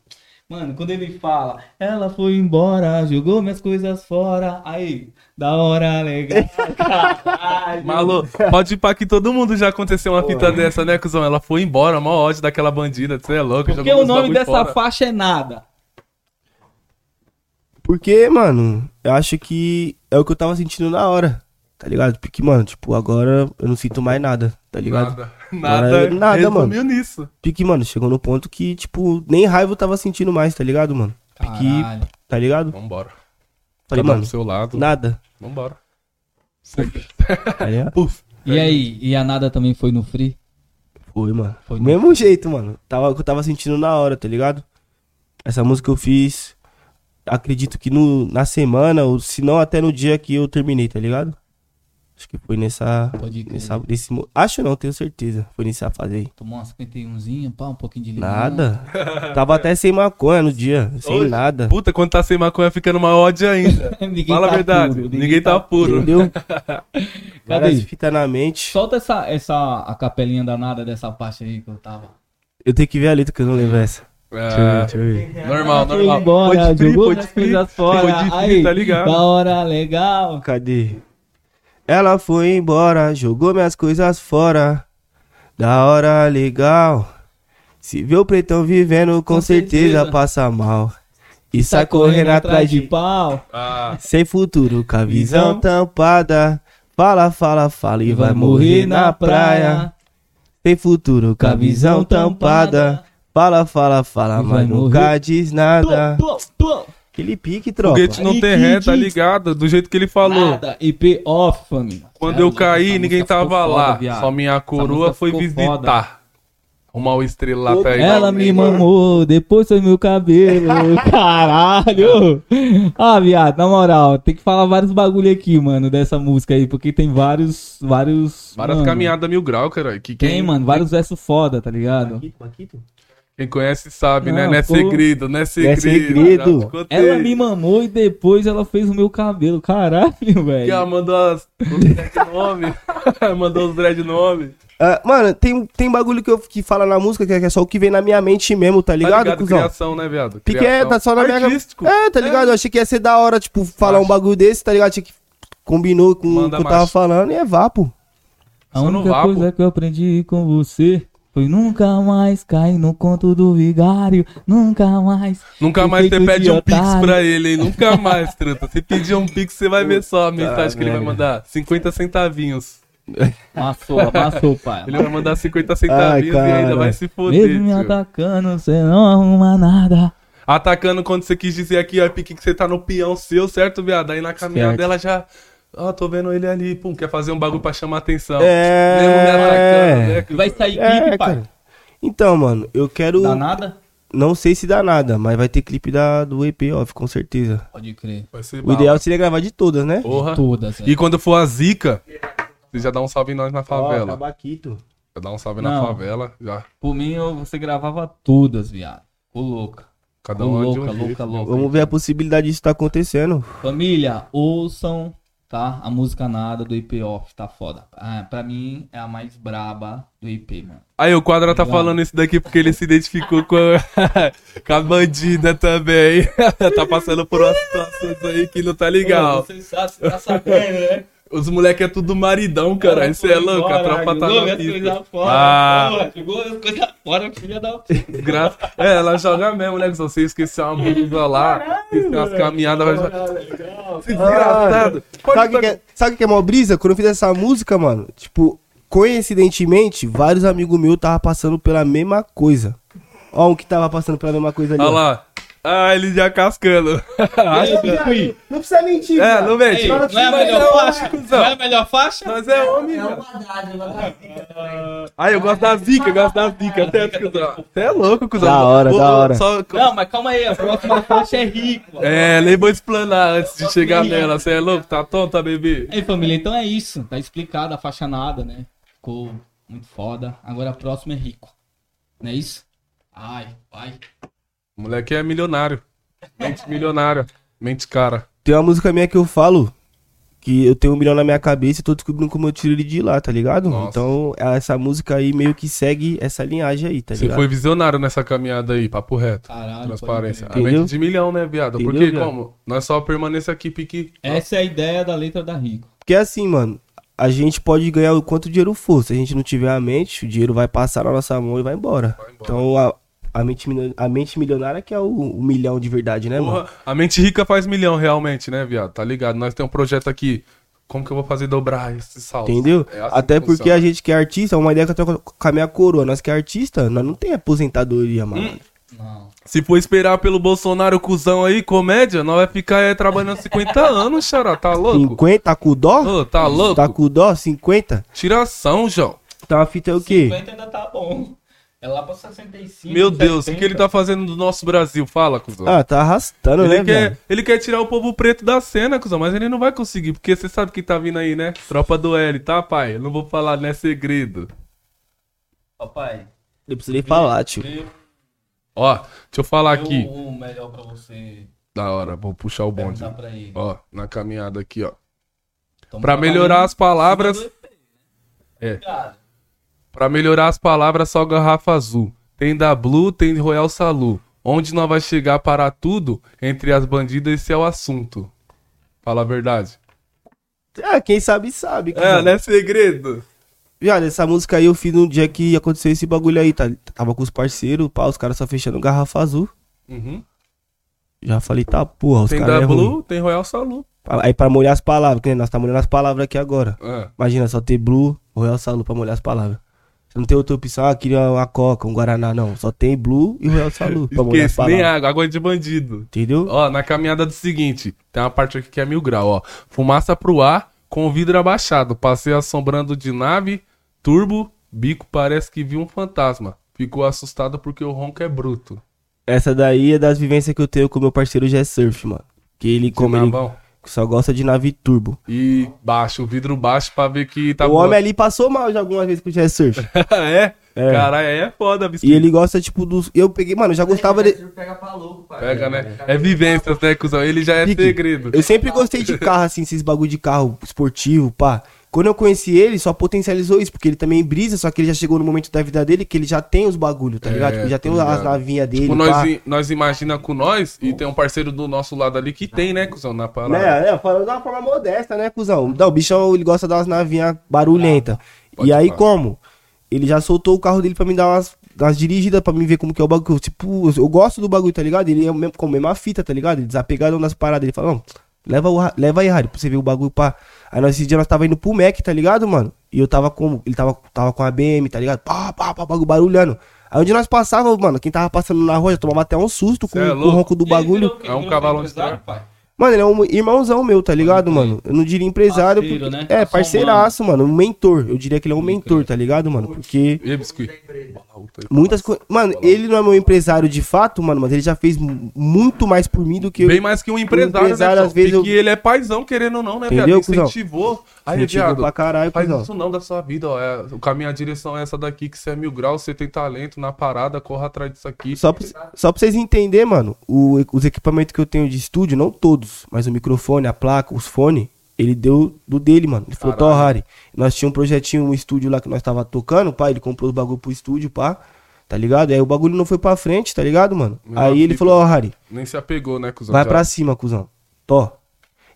Speaker 1: Mano, quando ele fala, ela foi embora, jogou minhas coisas fora. Aí, da hora
Speaker 2: [LAUGHS]
Speaker 1: legal. Caralho.
Speaker 2: Malu, pode ir pra que todo mundo já aconteceu uma fita dessa, né, cuzão? Ela foi embora, mó ódio daquela bandida, você é louco.
Speaker 1: Porque
Speaker 2: jogou
Speaker 1: o
Speaker 2: uns
Speaker 1: nome
Speaker 2: bagulho
Speaker 1: dessa
Speaker 3: Tá
Speaker 2: fora.
Speaker 1: faixa é nada.
Speaker 3: Porque, mano, eu acho que é o que eu tava sentindo na hora, tá ligado? Porque, mano, tipo, agora eu não sinto mais nada, tá ligado?
Speaker 2: Nada,
Speaker 3: Agora
Speaker 2: nada,
Speaker 3: é nada,
Speaker 2: resumiu nisso.
Speaker 3: Pique, mano, chegou no ponto que, tipo, nem raiva eu tava sentindo mais, tá ligado, mano? Pique,
Speaker 1: Caralho.
Speaker 3: tá ligado?
Speaker 2: Vambora. Cada
Speaker 3: Falei,
Speaker 2: um
Speaker 3: mano,
Speaker 2: pro seu lado,
Speaker 3: nada.
Speaker 2: vambora. [LAUGHS]
Speaker 3: Tá ligado?
Speaker 2: Puf.
Speaker 1: E aí, e a nada também foi no free?
Speaker 3: Foi, mano.
Speaker 1: Foi
Speaker 3: Do mesmo jeito, mano. Tava o que eu tava sentindo na hora, tá ligado? Essa música eu fiz, acredito que no, na semana, ou se não até no dia que eu terminei, tá ligado? Acho que foi nessa.
Speaker 1: Pode crer.
Speaker 3: nessa nesse, mo- acho não, tenho certeza. Foi nessa fase aí.
Speaker 1: Tomou uma 51zinha, pá, um pouquinho de limão.
Speaker 3: Nada. Tava até sem maconha no dia. Sem
Speaker 2: Hoje? [LAUGHS]
Speaker 3: nada.
Speaker 2: Puta, quando tá sem maconha fica numa ódio
Speaker 1: [LAUGHS] [LAUGHS]
Speaker 2: ainda.
Speaker 1: Ninguém
Speaker 2: Fala
Speaker 1: tá
Speaker 2: a verdade.
Speaker 1: puro,
Speaker 2: ninguém, tá puro.
Speaker 1: [LAUGHS]
Speaker 3: Entendeu?
Speaker 1: Cadê?
Speaker 3: Várias fitas na mente.
Speaker 1: Solta essa, essa a capelinha danada dessa parte aí que eu tava.
Speaker 3: Eu tenho que ver a letra que eu não lembro essa.
Speaker 2: Ah,
Speaker 3: Deixa eu ver.
Speaker 2: normal, normal.
Speaker 1: Embora,
Speaker 2: Pode crer,
Speaker 1: jogou
Speaker 2: pode
Speaker 1: as
Speaker 2: crer.
Speaker 1: coisas fora.
Speaker 2: Pode crer,
Speaker 1: aí,
Speaker 2: tá ligado.
Speaker 1: Da hora legal.
Speaker 3: Cadê? Ela foi embora, jogou minhas coisas fora. Da hora legal. Se vê o pretão vivendo, com,
Speaker 1: Com
Speaker 3: certeza,
Speaker 1: certeza.
Speaker 3: passa mal. E
Speaker 1: Tá
Speaker 3: sai correndo atrás de
Speaker 1: pau.
Speaker 2: Ah,
Speaker 3: Sem futuro, com a visão tampada. Fala, fala, fala e vai morrer na praia. Sem futuro, com a visão tampada. Fala, fala, fala,
Speaker 1: E
Speaker 3: mas
Speaker 1: vai
Speaker 3: nunca
Speaker 1: morrer.
Speaker 3: diz nada.
Speaker 1: Plum, plum, plum.
Speaker 3: Aquele pique, tropa.
Speaker 2: foguete não
Speaker 1: E
Speaker 2: tem
Speaker 1: que
Speaker 2: ré, tá
Speaker 1: diz-
Speaker 2: ligado? Do jeito que ele falou.
Speaker 1: Nada. IP off, família.
Speaker 2: Quando
Speaker 1: Cê é
Speaker 2: eu
Speaker 1: louco,
Speaker 2: caí,
Speaker 1: essa
Speaker 2: ninguém
Speaker 1: música ficou
Speaker 2: tava
Speaker 1: foda,
Speaker 2: lá.
Speaker 1: viado.
Speaker 2: Só minha
Speaker 1: música
Speaker 2: coroa foi
Speaker 1: ficou
Speaker 2: visitar. Arrumar o estrelata aí.
Speaker 1: Ela me mamou, depois foi meu
Speaker 2: [LAUGHS]
Speaker 1: cabelo. Caralho! Ah, viado, na moral, tem que falar vários bagulho aqui, mano, dessa música aí, porque tem vários. Vários.
Speaker 2: Várias
Speaker 1: mano,
Speaker 2: caminhadas mil grau, cara. Que quem,
Speaker 1: Tem, mano, vários versos foda, tá ligado?
Speaker 2: quem conhece sabe, né?
Speaker 1: Não,
Speaker 2: Não é
Speaker 1: pô.
Speaker 2: segredo, não é segredo.
Speaker 3: segredo.
Speaker 2: Já te
Speaker 1: Ela
Speaker 2: contei.
Speaker 1: me mamou e depois ela fez o meu cabelo. Caralho,
Speaker 2: Que ela
Speaker 1: velho.
Speaker 2: mandou as, os
Speaker 3: [LAUGHS]
Speaker 2: dread nome. mandou os dread nome. Tá
Speaker 3: Ah, mano, tem, tem bagulho que, eu, que fala na música que é só o que vem na minha mente mesmo, tá ligado,
Speaker 2: tá ligado?
Speaker 3: cuzão?
Speaker 2: Criação, né, viado?
Speaker 3: Pique é,
Speaker 2: Criação.
Speaker 3: tá só na minha
Speaker 2: Artístico.
Speaker 3: É, tá ligado? Eu achei que ia ser da hora, tipo, falar um bagulho desse, tá ligado? Tinha que combinou com o
Speaker 2: Manda
Speaker 3: que eu tava
Speaker 2: macho.
Speaker 3: falando e é vapo.
Speaker 1: A
Speaker 2: Só no
Speaker 1: única
Speaker 2: vapo.
Speaker 1: coisa que eu aprendi com você foi nunca mais cair no conto do vigário. Nunca mais.
Speaker 2: Nunca mais você
Speaker 1: Efeito
Speaker 2: pede
Speaker 1: de
Speaker 2: um pix
Speaker 1: otário.
Speaker 2: pra ele, hein? Nunca mais, truta. Se pedir um pix, você vai ver só a mensagem que ele vai
Speaker 3: merda.
Speaker 2: mandar. 50 centavinhos.
Speaker 1: Amassou, amassou,
Speaker 2: [LAUGHS]
Speaker 1: pai.
Speaker 2: Ele vai mandar 50 centavinhos e
Speaker 3: cara.
Speaker 2: ainda vai se foder.
Speaker 1: Mesmo me
Speaker 2: tio.
Speaker 1: atacando, você não arruma nada.
Speaker 2: Atacando quando você quis dizer aqui, ó, pique que você tá no peão seu, certo, viado? Aí na caminhada dela já. Ó, tô vendo ele ali, pum, quer fazer um bagulho pra chamar atenção.
Speaker 3: É.
Speaker 2: Mesmo me atacando, né? que-
Speaker 4: Vai sair
Speaker 3: É,
Speaker 4: clipe, pai.
Speaker 3: cara. Então, mano, eu quero.
Speaker 4: Dá nada?
Speaker 3: Não sei se dá nada, mas vai ter clipe da, do EP, ó, com certeza.
Speaker 1: Pode crer.
Speaker 2: Vai ser
Speaker 3: O
Speaker 2: bala.
Speaker 3: ideal seria gravar de todas, né?
Speaker 2: Porra.
Speaker 1: Todas.
Speaker 2: E quando for a zica, você já dá um salve em nós na favela.
Speaker 3: tabaquito.
Speaker 2: Já dá um salve na
Speaker 1: Não.
Speaker 2: favela, já.
Speaker 1: Por mim, eu- você gravava todas, viado. Ô, louca.
Speaker 2: Cada
Speaker 1: Ô,
Speaker 2: um de
Speaker 1: louca,
Speaker 2: um jeito.
Speaker 1: louca, louca.
Speaker 3: Vamos ver a possibilidade disso tá acontecendo.
Speaker 1: Família, ouçam, tá? A música nada do IP Off, tá foda. Ah, pra mim, é a mais braba do IP, mano.
Speaker 2: Aí, o Quadra tá
Speaker 1: Obrigado.
Speaker 2: falando isso daqui porque ele se identificou com a, [LAUGHS] com a bandida também. [LAUGHS] tá passando por umas situações aí que não tá legal.
Speaker 4: Você sabe, você tá sabendo, né?
Speaker 2: Os moleques é tudo maridão, cara. Isso é louco, a tropa tá
Speaker 4: jogou
Speaker 2: na
Speaker 4: minhas
Speaker 2: pista.
Speaker 4: coisas fora.
Speaker 2: Ah,
Speaker 4: Porra, jogou as coisas fora, filha da.
Speaker 2: gra... É, ela joga mesmo, né? Se você esquecer uma blusa lá, esquecer umas caminhadas, vai jogar. Desgraçado. Pode
Speaker 3: Sabe o que, que é- sabe o que é mó brisa? Quando eu fiz essa música, mano, tipo, coincidentemente, vários amigos meus tava passando pela mesma coisa. Ó, um que tava passando pela mesma coisa ali.
Speaker 2: Olha
Speaker 3: ó.
Speaker 2: lá. Ah, ele já
Speaker 3: [LAUGHS]
Speaker 2: cascando. Acho que-
Speaker 3: Não precisa mentir.
Speaker 2: É, não mente.
Speaker 4: Ei, não é a
Speaker 2: assim, Não,
Speaker 4: melhor faixa?
Speaker 2: cuzão.
Speaker 4: Não é a melhor faixa?
Speaker 2: Nós é homem, velho. Ah, eu gosto da zica, eu gosto da zica. Até cuzão. Você é louco, cuzão.
Speaker 3: Da hora,
Speaker 2: Ô,
Speaker 3: da
Speaker 2: ô,
Speaker 3: hora.
Speaker 2: só-
Speaker 4: Não, mas calma aí, a próxima faixa é rico.
Speaker 2: É, nem vou explanar antes de chegar nela. Você é louco? Tá tonta, bebê?
Speaker 1: Aí, família, então é isso. Tá explicado a faixa nada, né? Ficou muito foda. Agora a próxima é rico. Não é isso? Ai, vai.
Speaker 2: O moleque é milionário. Mente milionária. Mente cara.
Speaker 3: Tem uma música minha que eu falo que eu tenho um milhão na minha cabeça e tô descobrindo como eu tiro ele de lá, tá ligado?
Speaker 2: Nossa.
Speaker 3: Então, essa música aí meio que segue essa linhagem aí, tá
Speaker 2: Você
Speaker 3: ligado?
Speaker 2: foi visionário nessa caminhada aí, papo reto.
Speaker 1: Caralho.
Speaker 2: Transparência.
Speaker 1: pode
Speaker 2: A mente
Speaker 3: Entendeu?
Speaker 2: de milhão, né, viado?
Speaker 3: Entendeu,
Speaker 2: Porque
Speaker 3: viado?
Speaker 2: como? Nós só permanece aqui, pique.
Speaker 1: crer. Essa é a ideia da letra da Rico.
Speaker 3: Porque assim, mano, a gente pode ganhar o quanto dinheiro for. Se a gente não tiver a mente, o dinheiro vai passar na nossa mão e vai embora. Então, a, a, mente, milio- a mente milionária que é o, o milhão de verdade, né, mano?
Speaker 2: Porra, a mente rica faz milhão realmente, né, viado? Tá ligado? Nós temos um projeto aqui. Como que eu vou fazer dobrar esse salto?
Speaker 3: Entendeu?
Speaker 2: É assim
Speaker 3: Até
Speaker 2: que
Speaker 3: porque
Speaker 2: funciona.
Speaker 3: a gente que é artista, uma ideia que eu tô com a minha coroa. Nós que é artista, nós não tem aposentadoria, mano.
Speaker 2: Hum,
Speaker 1: Não.
Speaker 2: Se for esperar pelo Bolsonaro cuzão aí, comédia, nós vai ficar aí trabalhando 50
Speaker 3: [LAUGHS]
Speaker 2: anos, xará. Tá louco?
Speaker 3: 50, tá com dó?
Speaker 2: Ô, tá louco?
Speaker 3: Tá com dó? 50?
Speaker 2: Tiração, João.
Speaker 3: Então a fita é o quê?
Speaker 4: 50 ainda tá bom.
Speaker 1: É lá pra 65.
Speaker 2: Meu Deus, o que ele
Speaker 1: 70.
Speaker 2: tá fazendo do nosso Brasil? Fala, cuzão.
Speaker 3: Ah, tá arrastando,
Speaker 2: ele, é-
Speaker 3: né,
Speaker 2: quer,
Speaker 3: velho?
Speaker 2: ele quer tirar o povo preto da cena, cuzão, mas ele não vai conseguir, porque você sabe que tá vindo aí, né? Tropa do L, tá, pai? Não vou falar, não é segredo.
Speaker 1: Papai.
Speaker 3: Eu precisei falar, tio.
Speaker 1: eu-
Speaker 2: Ó, deixa eu falar
Speaker 1: eu-
Speaker 2: aqui.
Speaker 1: O melhor pra você
Speaker 2: Da hora, vou puxar o bonde.
Speaker 3: É, tá
Speaker 1: perguntar pra ele.
Speaker 2: Ó, na caminhada aqui, ó.
Speaker 1: Tamo
Speaker 2: Pra melhorar as
Speaker 1: trabalhando em
Speaker 2: palavras,
Speaker 1: cima do EP, né?
Speaker 2: É.
Speaker 1: Cara,
Speaker 2: Pra melhorar as palavras, só garrafa azul. Tem da Blue, tem Royal Salu. Onde nós vai chegar para tudo, entre as bandidas, esse é o assunto. Fala a verdade.
Speaker 3: Ah, quem sabe, sabe.
Speaker 2: É,
Speaker 3: cuzão.
Speaker 2: não é segredo.
Speaker 3: Viado, essa música aí eu fiz num dia que aconteceu esse bagulho aí, tá? Tava com os parceiros, pá, os caras só fechando garrafa azul.
Speaker 2: Uhum.
Speaker 3: Já falei, tá, porra, os
Speaker 2: Tem
Speaker 3: caras
Speaker 2: da
Speaker 3: é
Speaker 2: Blue,
Speaker 3: ruim.
Speaker 2: tem Royal Salu.
Speaker 3: Aí pra molhar as palavras, que nem nós tá molhando as palavras aqui agora.
Speaker 2: Ah,
Speaker 3: Imagina, só ter Blue, Royal Salu pra molhar as palavras. Você não tem outra opção, ah, queria uma Coca, um Guaraná, não. Só tem Blue e Royal Salu pra molhar as
Speaker 2: esquece, nem
Speaker 3: palavras.
Speaker 2: água, água de bandido.
Speaker 3: Entendeu?
Speaker 2: Ó, na caminhada do seguinte, tem uma parte aqui que é mil grau, ó. Fumaça pro ar, com o vidro abaixado. Passei assombrando de nave, turbo, bico, parece que viu um fantasma. Ficou assustado porque o ronco é bruto.
Speaker 3: Essa daí é das vivências que eu tenho com meu parceiro Jé Surf, mano. Que ele, como ele
Speaker 2: Navão.
Speaker 3: só gosta de nave turbo.
Speaker 2: E baixo, o vidro baixo pra ver que tá
Speaker 3: o
Speaker 2: voando. [LAUGHS]
Speaker 3: homem ali passou mal já algumas vezes com o Jé Surf.
Speaker 2: é?
Speaker 3: É.
Speaker 2: Caralho, aí é foda, bicho.
Speaker 3: E ele gosta, tipo, dos. Eu peguei, mano, eu já gostava
Speaker 2: É
Speaker 3: de.
Speaker 1: Pega pra louco, pai.
Speaker 2: Pega, né? É vivência, né, cuzão? Ele já é
Speaker 3: Pique.
Speaker 2: segredo.
Speaker 3: Eu sempre gostei de carro, assim, esses bagulho de carro esportivo, pá. Quando eu conheci ele, só potencializou isso, porque ele também brisa, só que ele já chegou no momento da vida dele que ele já tem os bagulho, tá
Speaker 2: É,
Speaker 3: ligado? Tipo, já
Speaker 2: tá
Speaker 3: tem
Speaker 2: ligado.
Speaker 3: as navinhas dele,
Speaker 2: Tipo,
Speaker 3: pá.
Speaker 2: nós, i- nós imagina com nós e tem um parceiro do nosso lado ali que tem, né, cuzão, na parada.
Speaker 3: Né, né, falando de uma forma modesta, né, cuzão? Não, o bichão, ele gosta das navinhas barulhenta.
Speaker 2: Ah, Pode
Speaker 3: e aí,
Speaker 2: pá.
Speaker 3: como? Ele já soltou o carro dele pra me dar umas, umas dirigidas, pra me ver como que é o bagulho. Tipo, eu, eu gosto do bagulho, tá ligado? Ele é o mesmo, com a mesma fita, tá ligado? Ele desapegadão das paradas. Ele fala, não, leva, o, ra- leva aí, Rádio, pra você ver o bagulho, pá. Aí, nós, esse dia, nós tava indo pro Mac, tá ligado, mano? E eu tava com, ele tava, tava com a BM, tá ligado? Pá, pá, pá, bagulho barulhando. Aí, onde nós passávamos, mano, quem tava passando na rua, já tomava até um susto com,
Speaker 2: Cê é
Speaker 3: com o
Speaker 2: louco.
Speaker 3: ronco do
Speaker 1: E ele
Speaker 3: bagulho.
Speaker 1: virou o quê?
Speaker 2: É um
Speaker 1: Virou
Speaker 2: cavalo
Speaker 1: empresário,
Speaker 2: de
Speaker 1: pai.
Speaker 3: Mano, ele é um irmãozão meu, tá ligado, mano? Eu não diria empresário.
Speaker 1: Parceiro,
Speaker 3: porque-
Speaker 1: né?
Speaker 3: É,
Speaker 1: Só né?
Speaker 3: parceiraço, mano. Um mentor. Eu diria que ele é um mentor, tá ligado, mano? Porque
Speaker 2: E aí, biscuit?
Speaker 3: muitas coisas. Mano, ele não é meu empresário de fato, mano, mas ele já fez mu- muito mais por mim do que eu.
Speaker 2: Bem mais que um empresário,
Speaker 3: empresário,
Speaker 2: né,
Speaker 3: às vezes,
Speaker 2: E
Speaker 3: eu-
Speaker 2: que ele é paizão, querendo ou não, né,
Speaker 3: Entendeu,
Speaker 2: viado?
Speaker 3: cuzão?
Speaker 2: Incentivou. Aí,
Speaker 3: Incentivou
Speaker 2: viado,
Speaker 3: pra caralho,
Speaker 2: faz
Speaker 3: cuzão.
Speaker 2: isso não da sua vida, ó. É, o caminho, a direção é essa daqui, que você é mil graus, você tem talento na parada, corra atrás disso aqui.
Speaker 3: Só pra, só pra vocês entenderem, mano, o- os equipamentos que eu tenho de estúdio, não todos, mas o microfone, a placa, os fones, ele deu do dele, mano. Ele falou, Tó,
Speaker 2: Caralho.
Speaker 3: Harry, nós tinha um projetinho, um estúdio lá que nós tava tocando, pá, ele comprou os bagulho pro estúdio, pá, tá ligado? Aí o bagulho não foi pra frente, tá ligado, mano?
Speaker 2: Não,
Speaker 3: Aí ele
Speaker 2: fica.
Speaker 3: falou, ó, Harry,
Speaker 2: Nem se apegou, né, cuzão?
Speaker 3: Vai
Speaker 2: Já-
Speaker 3: pra cima, cuzão. Tó.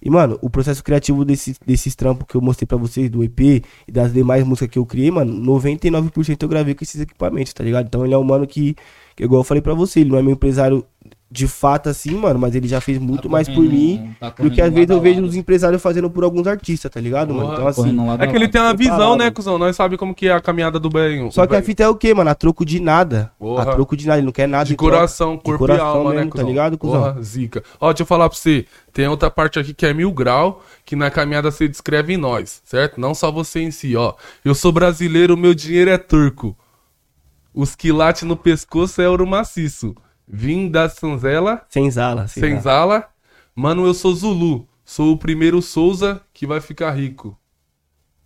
Speaker 3: E, mano, o processo criativo desse, desses trampos que eu mostrei pra vocês, do EP e das demais músicas que eu criei, mano, 99% eu gravei com esses equipamentos, tá ligado? Então ele é um mano que, que igual eu falei pra você, ele não é meu empresário de fato assim, mano, mas ele já fez muito
Speaker 1: Tá
Speaker 3: mais por
Speaker 1: correndo-
Speaker 3: mim
Speaker 1: tá
Speaker 3: do que
Speaker 1: correndo
Speaker 3: às vezes eu
Speaker 1: lado a
Speaker 3: vejo
Speaker 1: lado.
Speaker 3: os empresários fazendo por alguns artistas, tá ligado, mano?
Speaker 2: Porra,
Speaker 3: Então assim.
Speaker 4: Correndo lado
Speaker 2: É
Speaker 4: a
Speaker 2: que ele
Speaker 4: lado.
Speaker 2: tem uma visão,
Speaker 3: Separado.
Speaker 2: né, cuzão? Nós sabemos como que é a caminhada do bem.
Speaker 3: Só que a fita é o quê, mano? A troco de nada.
Speaker 2: Porra.
Speaker 3: A troco Ah, de nada, ele não quer nada.
Speaker 2: de
Speaker 3: em troca.
Speaker 2: coração, corpo
Speaker 3: coração
Speaker 2: e alma, né,
Speaker 3: mesmo, tá ligado, cuzão?
Speaker 2: Porra, zica. Ó, deixa eu falar pra você. Tem outra parte aqui que é mil grau, que na caminhada você descreve em nós, certo? Não só você em si, ó. Eu sou brasileiro, meu dinheiro é turco. Os quilates no pescoço é ouro maciço. Vim da sanzela,
Speaker 3: Sem zala, sem, zala.
Speaker 2: senzala. Mano, eu sou Zulu. Sou o primeiro Souza que vai ficar rico.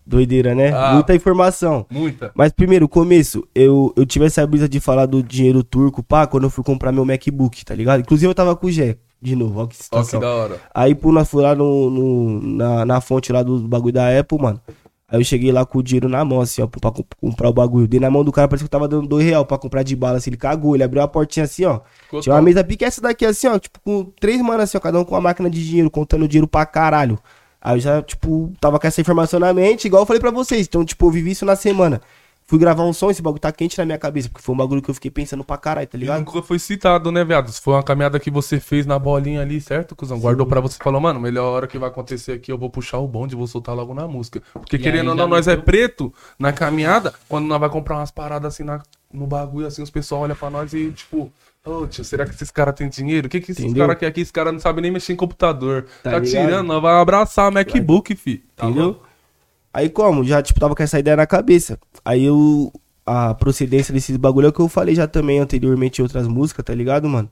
Speaker 3: Doideira, né?
Speaker 2: Ah.
Speaker 3: Muita informação.
Speaker 2: Muita.
Speaker 3: Mas primeiro, começo, eu, eu tive essa brisa de falar do dinheiro turco, pá, quando eu fui comprar meu MacBook, tá ligado? Inclusive eu tava com o Jé, de novo, ó
Speaker 2: Ó, que
Speaker 3: que situação.
Speaker 2: da hora.
Speaker 3: Aí, pô, nós fui lá no, no- na, na fonte lá do bagulho da Apple, mano. Aí eu cheguei lá com o dinheiro na mão, assim, ó, pra comp- comprar o bagulho. Dei na mão do cara, parece que eu tava dando dois real pra comprar de bala, assim, ele cagou, ele abriu uma portinha assim, ó.
Speaker 2: Ficou
Speaker 3: Tinha uma
Speaker 2: top.
Speaker 3: mesa pique essa daqui, assim, ó, tipo, com três manos, assim, ó, cada um com uma máquina de dinheiro, contando dinheiro pra caralho. Aí eu já, tipo, tava com essa informação na mente, igual eu falei pra vocês. Então, tipo, eu vivi isso na semana. Fui gravar um som, esse bagulho tá quente na minha cabeça, porque foi um bagulho que eu fiquei pensando pra caralho, tá
Speaker 2: E
Speaker 3: ligado?
Speaker 2: nunca foi citado, né, viado? Foi uma caminhada que você fez na bolinha ali, certo, cuzão? Guardou pra você e falou, mano, melhor hora que vai acontecer aqui, eu vou puxar o bonde, vou soltar logo na música. Porque
Speaker 1: E aí
Speaker 2: querendo ou
Speaker 1: já
Speaker 2: não, nós é
Speaker 1: meteu.
Speaker 2: preto na caminhada, quando nós vai comprar umas paradas assim na- no bagulho, assim, os pessoal olha pra nós e tipo. Ô, tio, será que esses caras têm dinheiro? O que, que esses
Speaker 3: Entendeu?
Speaker 2: caras querem aqui? Esses caras não sabem nem mexer em computador. Tá,
Speaker 3: Tá ligado?
Speaker 2: tirando, nós vai abraçar o MacBook, fi. Tá
Speaker 3: Entendeu?
Speaker 2: louco?
Speaker 3: Aí como? Já, tipo, tava com essa ideia na cabeça. Aí eu. a procedência desses bagulho é o que eu falei já também anteriormente em outras músicas, tá ligado, mano?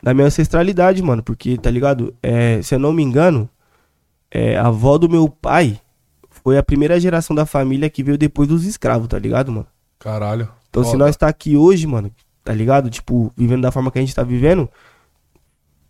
Speaker 3: Da minha ancestralidade, mano. Porque, tá ligado? É, se eu não me engano, é, a avó do meu pai foi a primeira geração da família que veio depois dos escravos, tá ligado, mano?
Speaker 2: Caralho.
Speaker 3: Então, se
Speaker 2: Foda.
Speaker 3: nós tá aqui hoje, mano, tá ligado? Tipo, vivendo da forma que a gente tá vivendo,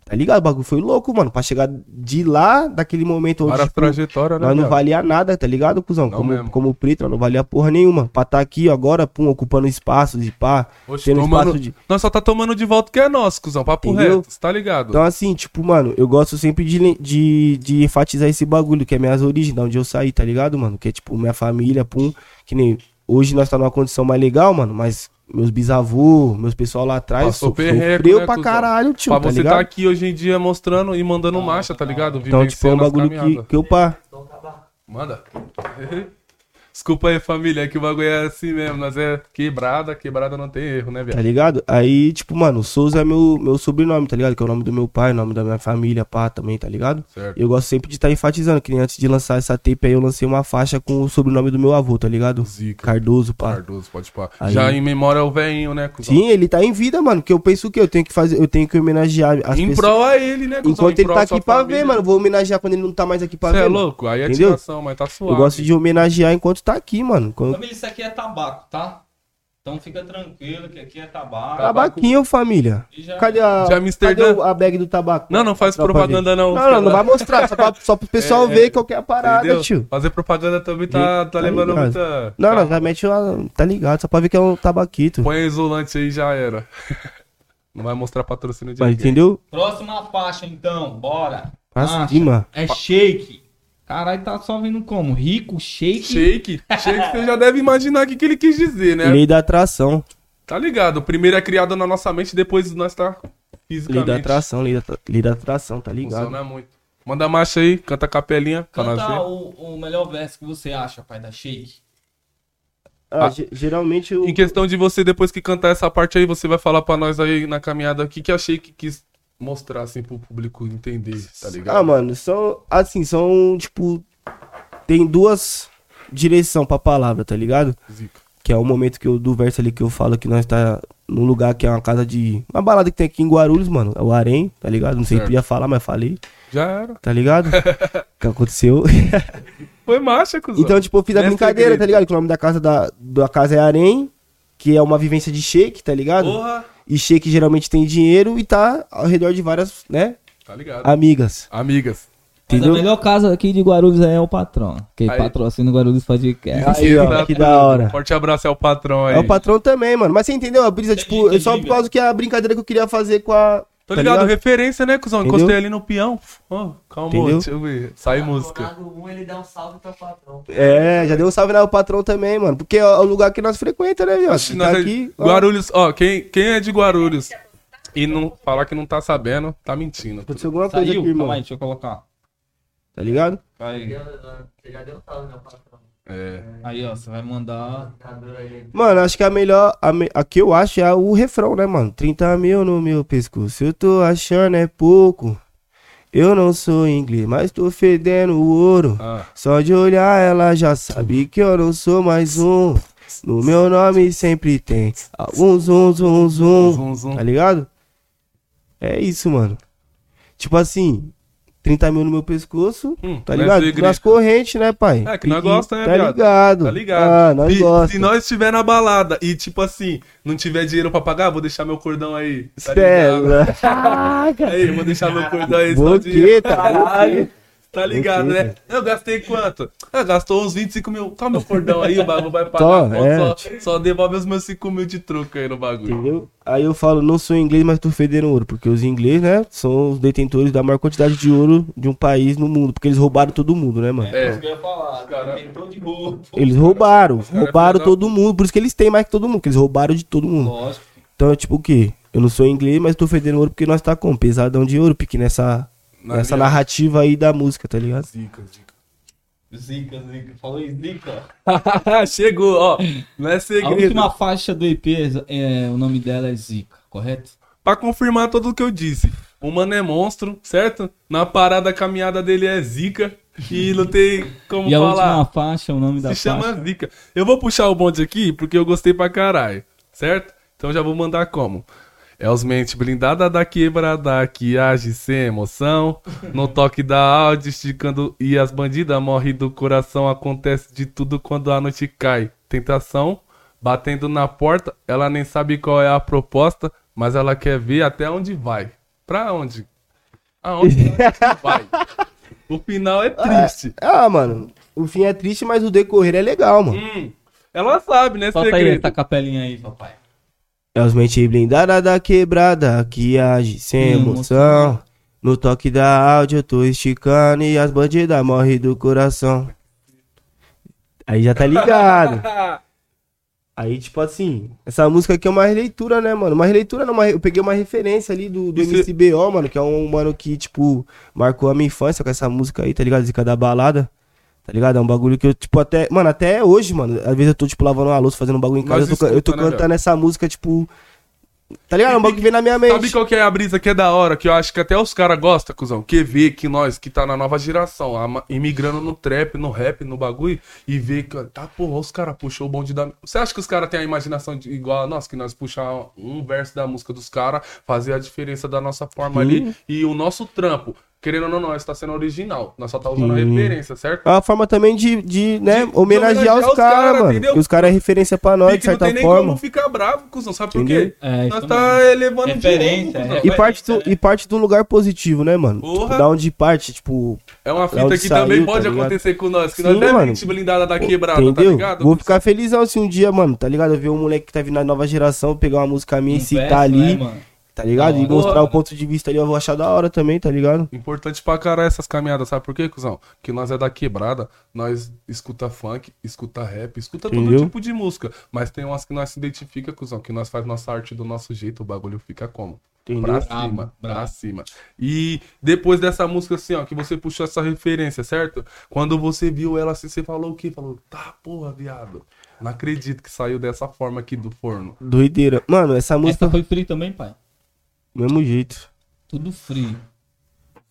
Speaker 3: tá ligado? O bagulho foi louco, mano. Pra chegar de lá, daquele momento onde
Speaker 2: Para a
Speaker 3: tipo,
Speaker 2: trajetória, né?
Speaker 3: nós não
Speaker 2: viado?
Speaker 3: valia nada, tá ligado, cuzão?
Speaker 2: Não
Speaker 3: como,
Speaker 2: mesmo.
Speaker 3: como preto, nós não valia porra nenhuma. Pra tá aqui agora, pum, ocupando espaço de pá,
Speaker 2: Oxe,
Speaker 3: tendo
Speaker 2: tomando-
Speaker 3: espaço de.
Speaker 2: Nós só tá tomando de volta o que é nosso, cuzão. Papo
Speaker 3: Entendeu?
Speaker 2: reto, cê tá ligado?
Speaker 3: Então, assim, tipo, mano, eu gosto sempre de, le- de, de enfatizar esse bagulho, que é minhas origens, da onde eu saí, tá ligado, mano? Que é, tipo, minha família, pum, que nem... Hoje nós tá numa condição mais legal, mano, mas meus bisavô, meus pessoal lá atrás,
Speaker 2: Passou
Speaker 3: so-
Speaker 2: perreco,
Speaker 3: sofreu
Speaker 2: né,
Speaker 3: pra
Speaker 2: cuzão?
Speaker 3: caralho, tio,
Speaker 2: pra
Speaker 3: tá
Speaker 2: você
Speaker 3: ligado?
Speaker 2: tá aqui hoje em dia mostrando e mandando marcha, tá ligado?
Speaker 3: Então, tipo, é um
Speaker 2: Vivenciando as
Speaker 3: bagulho que,
Speaker 2: caminhadas.
Speaker 3: que eu pá...
Speaker 2: Manda. [LAUGHS] Desculpa aí, família, é que o bagulho é assim mesmo. Nós é quebrada, quebrada não tem erro, né,
Speaker 3: Tá
Speaker 2: viado?
Speaker 3: ligado? Aí, tipo, mano, Souza é meu, meu sobrenome, tá ligado? Que é o nome do meu pai, o nome da minha família, pá, também, tá ligado?
Speaker 2: Certo.
Speaker 3: Eu gosto sempre de estar enfatizando, que nem antes de lançar essa tape aí, eu lancei uma faixa com o sobrenome do meu avô, tá ligado?
Speaker 2: Zica.
Speaker 3: Cardoso, pá.
Speaker 2: Cardoso, pode pá.
Speaker 3: Aí-
Speaker 2: Já em memória é o velhinho, né, cuzão?
Speaker 3: Sim, ele tá em vida, mano. Que eu penso que eu tenho que fazer, eu tenho que homenagear as
Speaker 2: Em
Speaker 3: pessoas.
Speaker 2: prol a ele, né, cuzão?
Speaker 3: Enquanto
Speaker 2: Em
Speaker 3: ele
Speaker 2: prol
Speaker 3: tá
Speaker 2: à sua
Speaker 3: aqui pra
Speaker 2: família.
Speaker 3: ver, mano. Vou homenagear quando ele não tá mais aqui pra
Speaker 2: Cê
Speaker 3: ver.
Speaker 2: é
Speaker 3: mano.
Speaker 2: louco? Aí é
Speaker 3: Entendeu?
Speaker 2: tiração, mas tá suave.
Speaker 3: Eu gosto de homenagear enquanto tá aqui, mano. Quando...
Speaker 1: Família, isso aqui é tabaco, tá? Então fica tranquilo que aqui é tabaco.
Speaker 2: Tabaco.
Speaker 3: Tabaquinho, família.
Speaker 1: E já-
Speaker 3: Cadê a,
Speaker 2: De Amsterdã?
Speaker 3: cadê o- a bag do tabaco?
Speaker 2: Não, não faz
Speaker 3: Só pra ver.
Speaker 2: propaganda, não.
Speaker 3: Não, não, não vai mostrar, só, pra, só pro pessoal
Speaker 2: É,
Speaker 3: ver qual que é a parada,
Speaker 2: Entendeu?
Speaker 3: tio.
Speaker 2: Fazer propaganda também tá, tá
Speaker 3: Tá
Speaker 2: levando
Speaker 3: ligado.
Speaker 2: muita.
Speaker 3: Não, não, já mete uma. Tá ligado, só pra ver que é um tabaquito.
Speaker 2: Põe isolante aí já
Speaker 3: [LAUGHS]
Speaker 2: era. Não vai mostrar patrocínio de
Speaker 3: Mas,
Speaker 2: ninguém.
Speaker 3: entendeu?
Speaker 1: Próxima faixa, então, bora.
Speaker 2: Ah,
Speaker 3: Pra
Speaker 1: Faixa.
Speaker 3: cima.
Speaker 1: É shake. Caralho, tá só vindo como? Rico, shake.
Speaker 2: Shake. Shake, você já deve imaginar o que, que ele quis dizer, né?
Speaker 3: Lei da atração.
Speaker 2: Tá ligado? O primeiro é criado na nossa mente, depois nós tá
Speaker 3: Lei
Speaker 2: fisicamente.
Speaker 3: da atração, lei da, atra- lei da atração, tá ligado?
Speaker 2: Funciona muito. Manda marcha aí, canta a capelinha pra nós
Speaker 1: Canta
Speaker 2: ver.
Speaker 1: o, o melhor verso que você acha, pai, da shake.
Speaker 3: Ah,
Speaker 2: Ah.
Speaker 3: ge- geralmente o.
Speaker 2: Em questão de você, depois que cantar essa parte aí, você vai falar pra nós aí na caminhada o que, que a Shake quis mostrar, assim, pro público entender, tá ligado?
Speaker 3: Ah, mano, são. Assim, são, tipo. Tem duas direção pra palavra, tá ligado?
Speaker 2: Zica.
Speaker 3: Que é o momento que eu, do verso ali que eu falo que nós tá num lugar que é uma casa de. Uma balada que tem aqui em Guarulhos, mano. É o Harém, tá ligado? Não sei se
Speaker 2: Certo.
Speaker 3: tu ia falar, mas falei.
Speaker 2: Já era.
Speaker 3: tá
Speaker 2: [LAUGHS]
Speaker 3: ligado? O que aconteceu.
Speaker 2: Foi marcha, cuzão.
Speaker 3: então, tipo, eu fiz a
Speaker 2: Mestre
Speaker 3: brincadeira,
Speaker 2: Grito.
Speaker 3: tá ligado? Que o nome da casa da, da casa é Harém, que é uma vivência de shake, tá ligado?
Speaker 2: Porra.
Speaker 3: E shake geralmente tem dinheiro e tá ao redor de várias, né,
Speaker 2: Tá ligado.
Speaker 3: amigas.
Speaker 2: Amigas.
Speaker 4: Mas a
Speaker 3: Entendeu?
Speaker 4: melhor casa aqui de Guarulhos é o patrão. Que
Speaker 2: Aí.
Speaker 4: patrocina o Guarulhos Podcast.
Speaker 3: É, Aí, ó, que da hora.
Speaker 2: é Forte abraço, é o patrão aí.
Speaker 3: É o patrão também, mano. Mas você entendeu a brisa?
Speaker 1: Entendi,
Speaker 3: Tipo, é só
Speaker 1: entendi,
Speaker 3: por causa que a brincadeira que eu queria fazer com a.
Speaker 2: Tô
Speaker 3: tá
Speaker 2: ligado, referência, né, cuzão?
Speaker 3: Entendeu?
Speaker 2: Encostei ali no peão. Ó, calma,
Speaker 3: Entendeu?
Speaker 2: deixa eu ver. Sai música.
Speaker 1: ele dá um salve pra patrão.
Speaker 3: É, já deu um salve na patrão também, mano. Porque é o lugar que nós frequenta, né, viado? Se Tá
Speaker 2: Nós é-
Speaker 3: aqui. ó.
Speaker 2: Guarulhos, ó, quem, quem é de Guarulhos e não falar que não tá sabendo, tá mentindo.
Speaker 3: Aconteceu alguma coisa
Speaker 1: Saiu?
Speaker 3: aqui, irmão.
Speaker 1: Calma aí, deixa eu colocar.
Speaker 3: Tá ligado?
Speaker 1: Aí,
Speaker 2: É.
Speaker 1: aí ó, você vai mandar...
Speaker 3: Mano, acho que a melhor. A, me- a que eu acho é o refrão, né, mano? 30 mil no meu pescoço. Eu tô achando é pouco. Eu não sou inglês, mas tô fedendo o ouro.
Speaker 2: Ah,
Speaker 3: Só de olhar ela já sabe que eu não sou mais um. No meu nome sempre tem algum zum, zum, zum.
Speaker 2: zoom, zoom.
Speaker 3: Tá ligado? É isso, mano. Tipo assim, 30 mil no meu pescoço.
Speaker 2: Hum,
Speaker 3: Tá
Speaker 2: mas
Speaker 3: ligado?
Speaker 2: eu grito.
Speaker 3: Nas correntes, né, pai?
Speaker 2: É, que nós
Speaker 3: Pique-
Speaker 2: gosta, né,
Speaker 3: Tá
Speaker 2: viado?
Speaker 3: ligado?
Speaker 2: Tá ligado?
Speaker 3: Ah, nós
Speaker 2: se, se
Speaker 3: gosta.
Speaker 2: nós estiver na balada e, tipo assim, não tiver dinheiro pra pagar, vou deixar meu cordão aí. Tá ligado?
Speaker 3: Cela. [LAUGHS]
Speaker 2: Aí, vou deixar meu cordão aí. só de-
Speaker 3: Boqueta, caralho.
Speaker 2: Tá ligado,
Speaker 3: Boqueta.
Speaker 2: né? Eu gastei quanto? Ah, gastou uns 25 mil. Toma meu cordão aí, o bagulho vai pagar.
Speaker 3: Tó,
Speaker 2: Pô,
Speaker 3: é.
Speaker 2: só, só devolve os meus 5 mil de troco aí no bagulho.
Speaker 3: Entendeu? Aí eu falo, não sou inglês, mas tô fedendo ouro. Porque os ingleses, né, são os detentores da maior quantidade de ouro de um país no mundo. Porque eles roubaram todo mundo, né, mano?
Speaker 2: É.
Speaker 1: isso que eu ia falar.
Speaker 2: Cara-
Speaker 1: Inventou de novo.
Speaker 3: Eles roubaram,
Speaker 2: caras
Speaker 3: roubaram
Speaker 2: foda-
Speaker 3: todo mundo. Por isso que eles têm mais que todo mundo, que eles roubaram de todo mundo.
Speaker 1: Lógico.
Speaker 3: Então é tipo o quê? Eu não sou inglês, mas tô fedendo ouro porque nós tá com pesadão de ouro, pique nessa,
Speaker 2: Na
Speaker 3: nessa
Speaker 2: minha-
Speaker 3: narrativa aí da música, tá ligado?
Speaker 2: Zica, zica.
Speaker 1: Zica, zica. Falou em zica.
Speaker 2: [LAUGHS] Chegou, ó. Não é
Speaker 1: A
Speaker 2: segredo.
Speaker 1: última faixa do EP, é, o nome dela é Zica, correto?
Speaker 2: Pra confirmar tudo o que eu disse. O mano é monstro, certo? Na parada a caminhada dele é zica. e não tem como
Speaker 4: E a última
Speaker 2: falar.
Speaker 4: faixa, o nome da
Speaker 2: Se chama
Speaker 4: faixa.
Speaker 2: Zica. é Eu vou puxar o bonde aqui porque eu gostei pra caralho, certo? Então já vou mandar como. É os mente blindada da quebrada que age sem emoção. No toque da áudio, esticando e as bandidas morrem do coração. Acontece de tudo quando a noite cai. Tentação, batendo na porta, ela nem sabe qual é a proposta, mas ela quer ver até onde vai. Pra onde? Aonde ela
Speaker 4: [LAUGHS]
Speaker 2: vai? O final é triste.
Speaker 3: Ah, mano. O fim é triste, mas o decorrer é legal, mano.
Speaker 2: Hum, ela sabe, né?
Speaker 4: Solta aí
Speaker 2: segredo.
Speaker 4: essa capelinha aí, papai.
Speaker 3: É os mente blindada da quebrada que age sem
Speaker 4: Hum,
Speaker 3: emoção. No toque da áudio eu tô esticando e as bandidas morrem do coração. Aí já tá ligado.
Speaker 2: Ah,
Speaker 3: Aí, tipo assim, essa música aqui é uma releitura, né, mano? Uma releitura, não, uma, eu peguei uma referência ali do, do
Speaker 2: Isso-
Speaker 3: MCBO, mano, que é um mano que, tipo, marcou a minha infância com essa música aí, tá ligado? Zica da balada. Tá ligado? É um bagulho que eu, tipo, até. Mano, até hoje, mano. Às vezes eu tô, tipo, lavando uma louça, fazendo um bagulho em
Speaker 2: Nós
Speaker 3: casa. Eu tô, eu tô
Speaker 2: escuta, né,
Speaker 3: cantando essa música, tipo. Tá ligado? É um bagulho que vem na minha mente.
Speaker 2: Sabe qual que é a brisa que é da hora, que eu acho que até os caras gostam, cuzão? Que vê que nós, que tá na nova geração, a ma- imigrando no trap, no rap, no bagulho, e vê que, tá, porra, os caras puxou o bonde da... Você acha que os caras têm a imaginação de- igual a nós, que nós puxar um verso da música dos caras, fazer a diferença da nossa forma ali, e o nosso trampo, querendo ou não, nós tá sendo original, nós só tá usando a
Speaker 3: Sim.
Speaker 2: referência, certo?
Speaker 3: É uma forma também de, de né,
Speaker 2: De- de
Speaker 3: homenagear os caras, mano.
Speaker 2: entendeu?
Speaker 3: Porque os caras é referência pra nós,
Speaker 2: E
Speaker 3: de
Speaker 2: que não
Speaker 3: certa
Speaker 2: tem nem
Speaker 3: forma.
Speaker 2: como ficar bravo, cuzão, sabe por
Speaker 3: Entendeu?
Speaker 2: quê?
Speaker 4: É,
Speaker 2: Nós
Speaker 4: isso
Speaker 2: tá
Speaker 4: mesmo.
Speaker 2: elevando de
Speaker 1: Referência,
Speaker 2: novo, cuzão.
Speaker 1: é.
Speaker 3: E parte, do, e parte de um lugar positivo, né, mano?
Speaker 2: né? Porra.
Speaker 3: Tipo, da onde parte, tipo,
Speaker 2: É uma
Speaker 3: Pra
Speaker 2: fita
Speaker 3: onde
Speaker 2: que
Speaker 3: saiu,
Speaker 2: também
Speaker 3: tá
Speaker 2: pode
Speaker 3: ligado?
Speaker 2: acontecer com nós, que
Speaker 3: Sim,
Speaker 2: nós é
Speaker 3: mano.
Speaker 2: gente blindada da quebrada, tá
Speaker 3: entendeu?
Speaker 2: ligado?
Speaker 3: Vou ficar felizão se um dia, mano, tá ligado? Eu ver um moleque que tá vindo na nova geração, pegar uma música minha e citar
Speaker 4: né,
Speaker 3: ali, tá ligado? E
Speaker 4: Porra.
Speaker 3: mostrar o ponto de vista ali, eu vou achar da hora também, tá ligado?
Speaker 2: Importante pra caralho essas caminhadas, sabe por quê, cuzão? Que nós é da quebrada, nós escuta funk, escuta rap, escuta todo
Speaker 3: Entendeu?
Speaker 2: tipo de música. Mas tem umas que nós se identifica, cuzão, que nós faz nossa arte do nosso jeito, o bagulho fica como?
Speaker 3: Entendeu?
Speaker 2: Pra
Speaker 4: Brabo,
Speaker 2: cima, pra
Speaker 4: brabo.
Speaker 2: cima. E depois dessa música assim, ó, que você puxou essa referência, certo? Quando você viu ela assim, você falou o quê? Falou, tá, porra, viado. Não acredito que saiu dessa forma aqui do forno.
Speaker 3: Doideira. Mano, essa música,
Speaker 4: Essa foi free também, pai.
Speaker 3: mesmo jeito.
Speaker 4: Tudo free.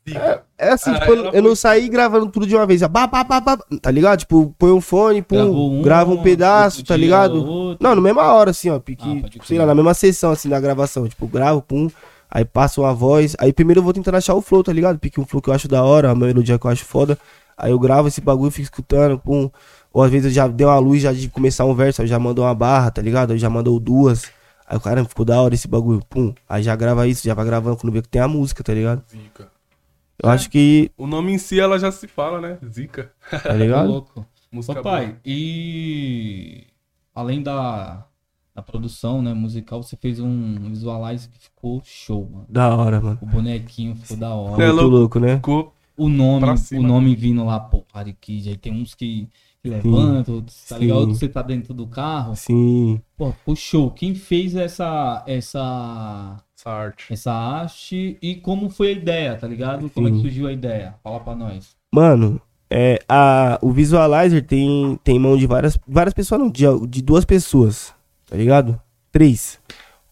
Speaker 2: Fica.
Speaker 3: É assim,
Speaker 2: Ah,
Speaker 3: tipo, eu,
Speaker 2: ela
Speaker 3: eu não saí gravando tudo de uma vez, ó, bah, bah, bah, bah, tá ligado? Tipo, põe um fone,
Speaker 4: Gravou
Speaker 3: pum,
Speaker 4: um,
Speaker 3: grava um pedaço,
Speaker 4: outro
Speaker 3: tá
Speaker 4: dia,
Speaker 3: ligado?
Speaker 4: outro.
Speaker 3: Não, na mesma hora, assim, ó, pique,
Speaker 4: Ah, pode
Speaker 3: sei
Speaker 4: crer.
Speaker 3: lá, na mesma sessão, assim, da gravação, tipo, gravo, pum, aí passa uma voz, aí primeiro eu vou tentando achar o flow, tá ligado? Pique um flow que eu acho da hora, uma melodia que eu acho foda, aí eu gravo esse bagulho, fico escutando, pum, ou às vezes eu já dei uma luz já de começar um verso, aí já mandou uma barra, tá ligado? Aí já mandou duas, aí o caramba, ficou da hora esse bagulho, pum, aí já grava isso, já vai gravando quando vê que tem a música, tá ligado?
Speaker 2: Zica.
Speaker 3: Eu
Speaker 4: É.
Speaker 3: acho que,
Speaker 2: O nome em si ela já se fala, né? Zica.
Speaker 3: tá
Speaker 4: [LAUGHS]
Speaker 3: ligado?
Speaker 4: Louco.
Speaker 2: Música boa.
Speaker 4: Papai, e além da, da produção né, musical, você fez um visualize que ficou show, mano.
Speaker 3: Da hora, mano.
Speaker 4: O bonequinho ficou da hora.
Speaker 2: É
Speaker 3: Muito
Speaker 2: louco.
Speaker 3: louco, né?
Speaker 2: Ficou
Speaker 4: O nome,
Speaker 2: Pra cima.
Speaker 4: o nome vindo lá, pô, Kid. Aí tem uns que que levantam, outros, tá
Speaker 3: Sim.
Speaker 4: ligado? Outros você tá dentro do carro.
Speaker 3: Sim.
Speaker 4: Pô, ficou show. Quem fez essa, essa,
Speaker 2: essa arte.
Speaker 4: essa arte e como foi a ideia, tá ligado? Como é que
Speaker 3: Sim.
Speaker 4: surgiu a ideia? Fala pra nós.
Speaker 3: Mano, é, a, o Visualizer tem, tem mão de várias, várias pessoas, não, de, de duas pessoas, tá ligado? Três.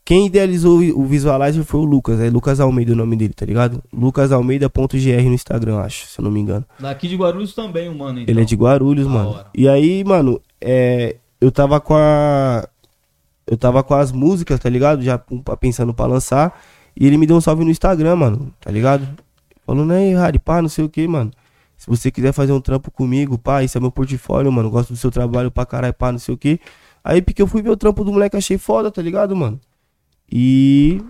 Speaker 3: Quem idealizou o Visualizer foi o Lucas, é Lucas Almeida o nome dele, tá ligado? lucasalmeida.gr no Instagram, acho, se eu não me engano.
Speaker 4: Daqui de Guarulhos também, o mano.
Speaker 1: então.
Speaker 3: Ele é de Guarulhos,
Speaker 4: da
Speaker 3: mano.
Speaker 4: hora.
Speaker 3: E aí, mano, é, eu tava com a. Eu tava com as músicas, tá ligado? Já pum, pá, pensando pra lançar. E ele me deu um salve no Instagram, mano, tá ligado? Falando aí, Rari, pá, não sei o que, mano. Se você quiser fazer um trampo comigo, pá, esse é meu portfólio, mano. Gosto do seu trabalho pra caralho, pá, não sei o que. Aí, porque eu fui ver o trampo do moleque, achei foda, tá ligado, mano? E.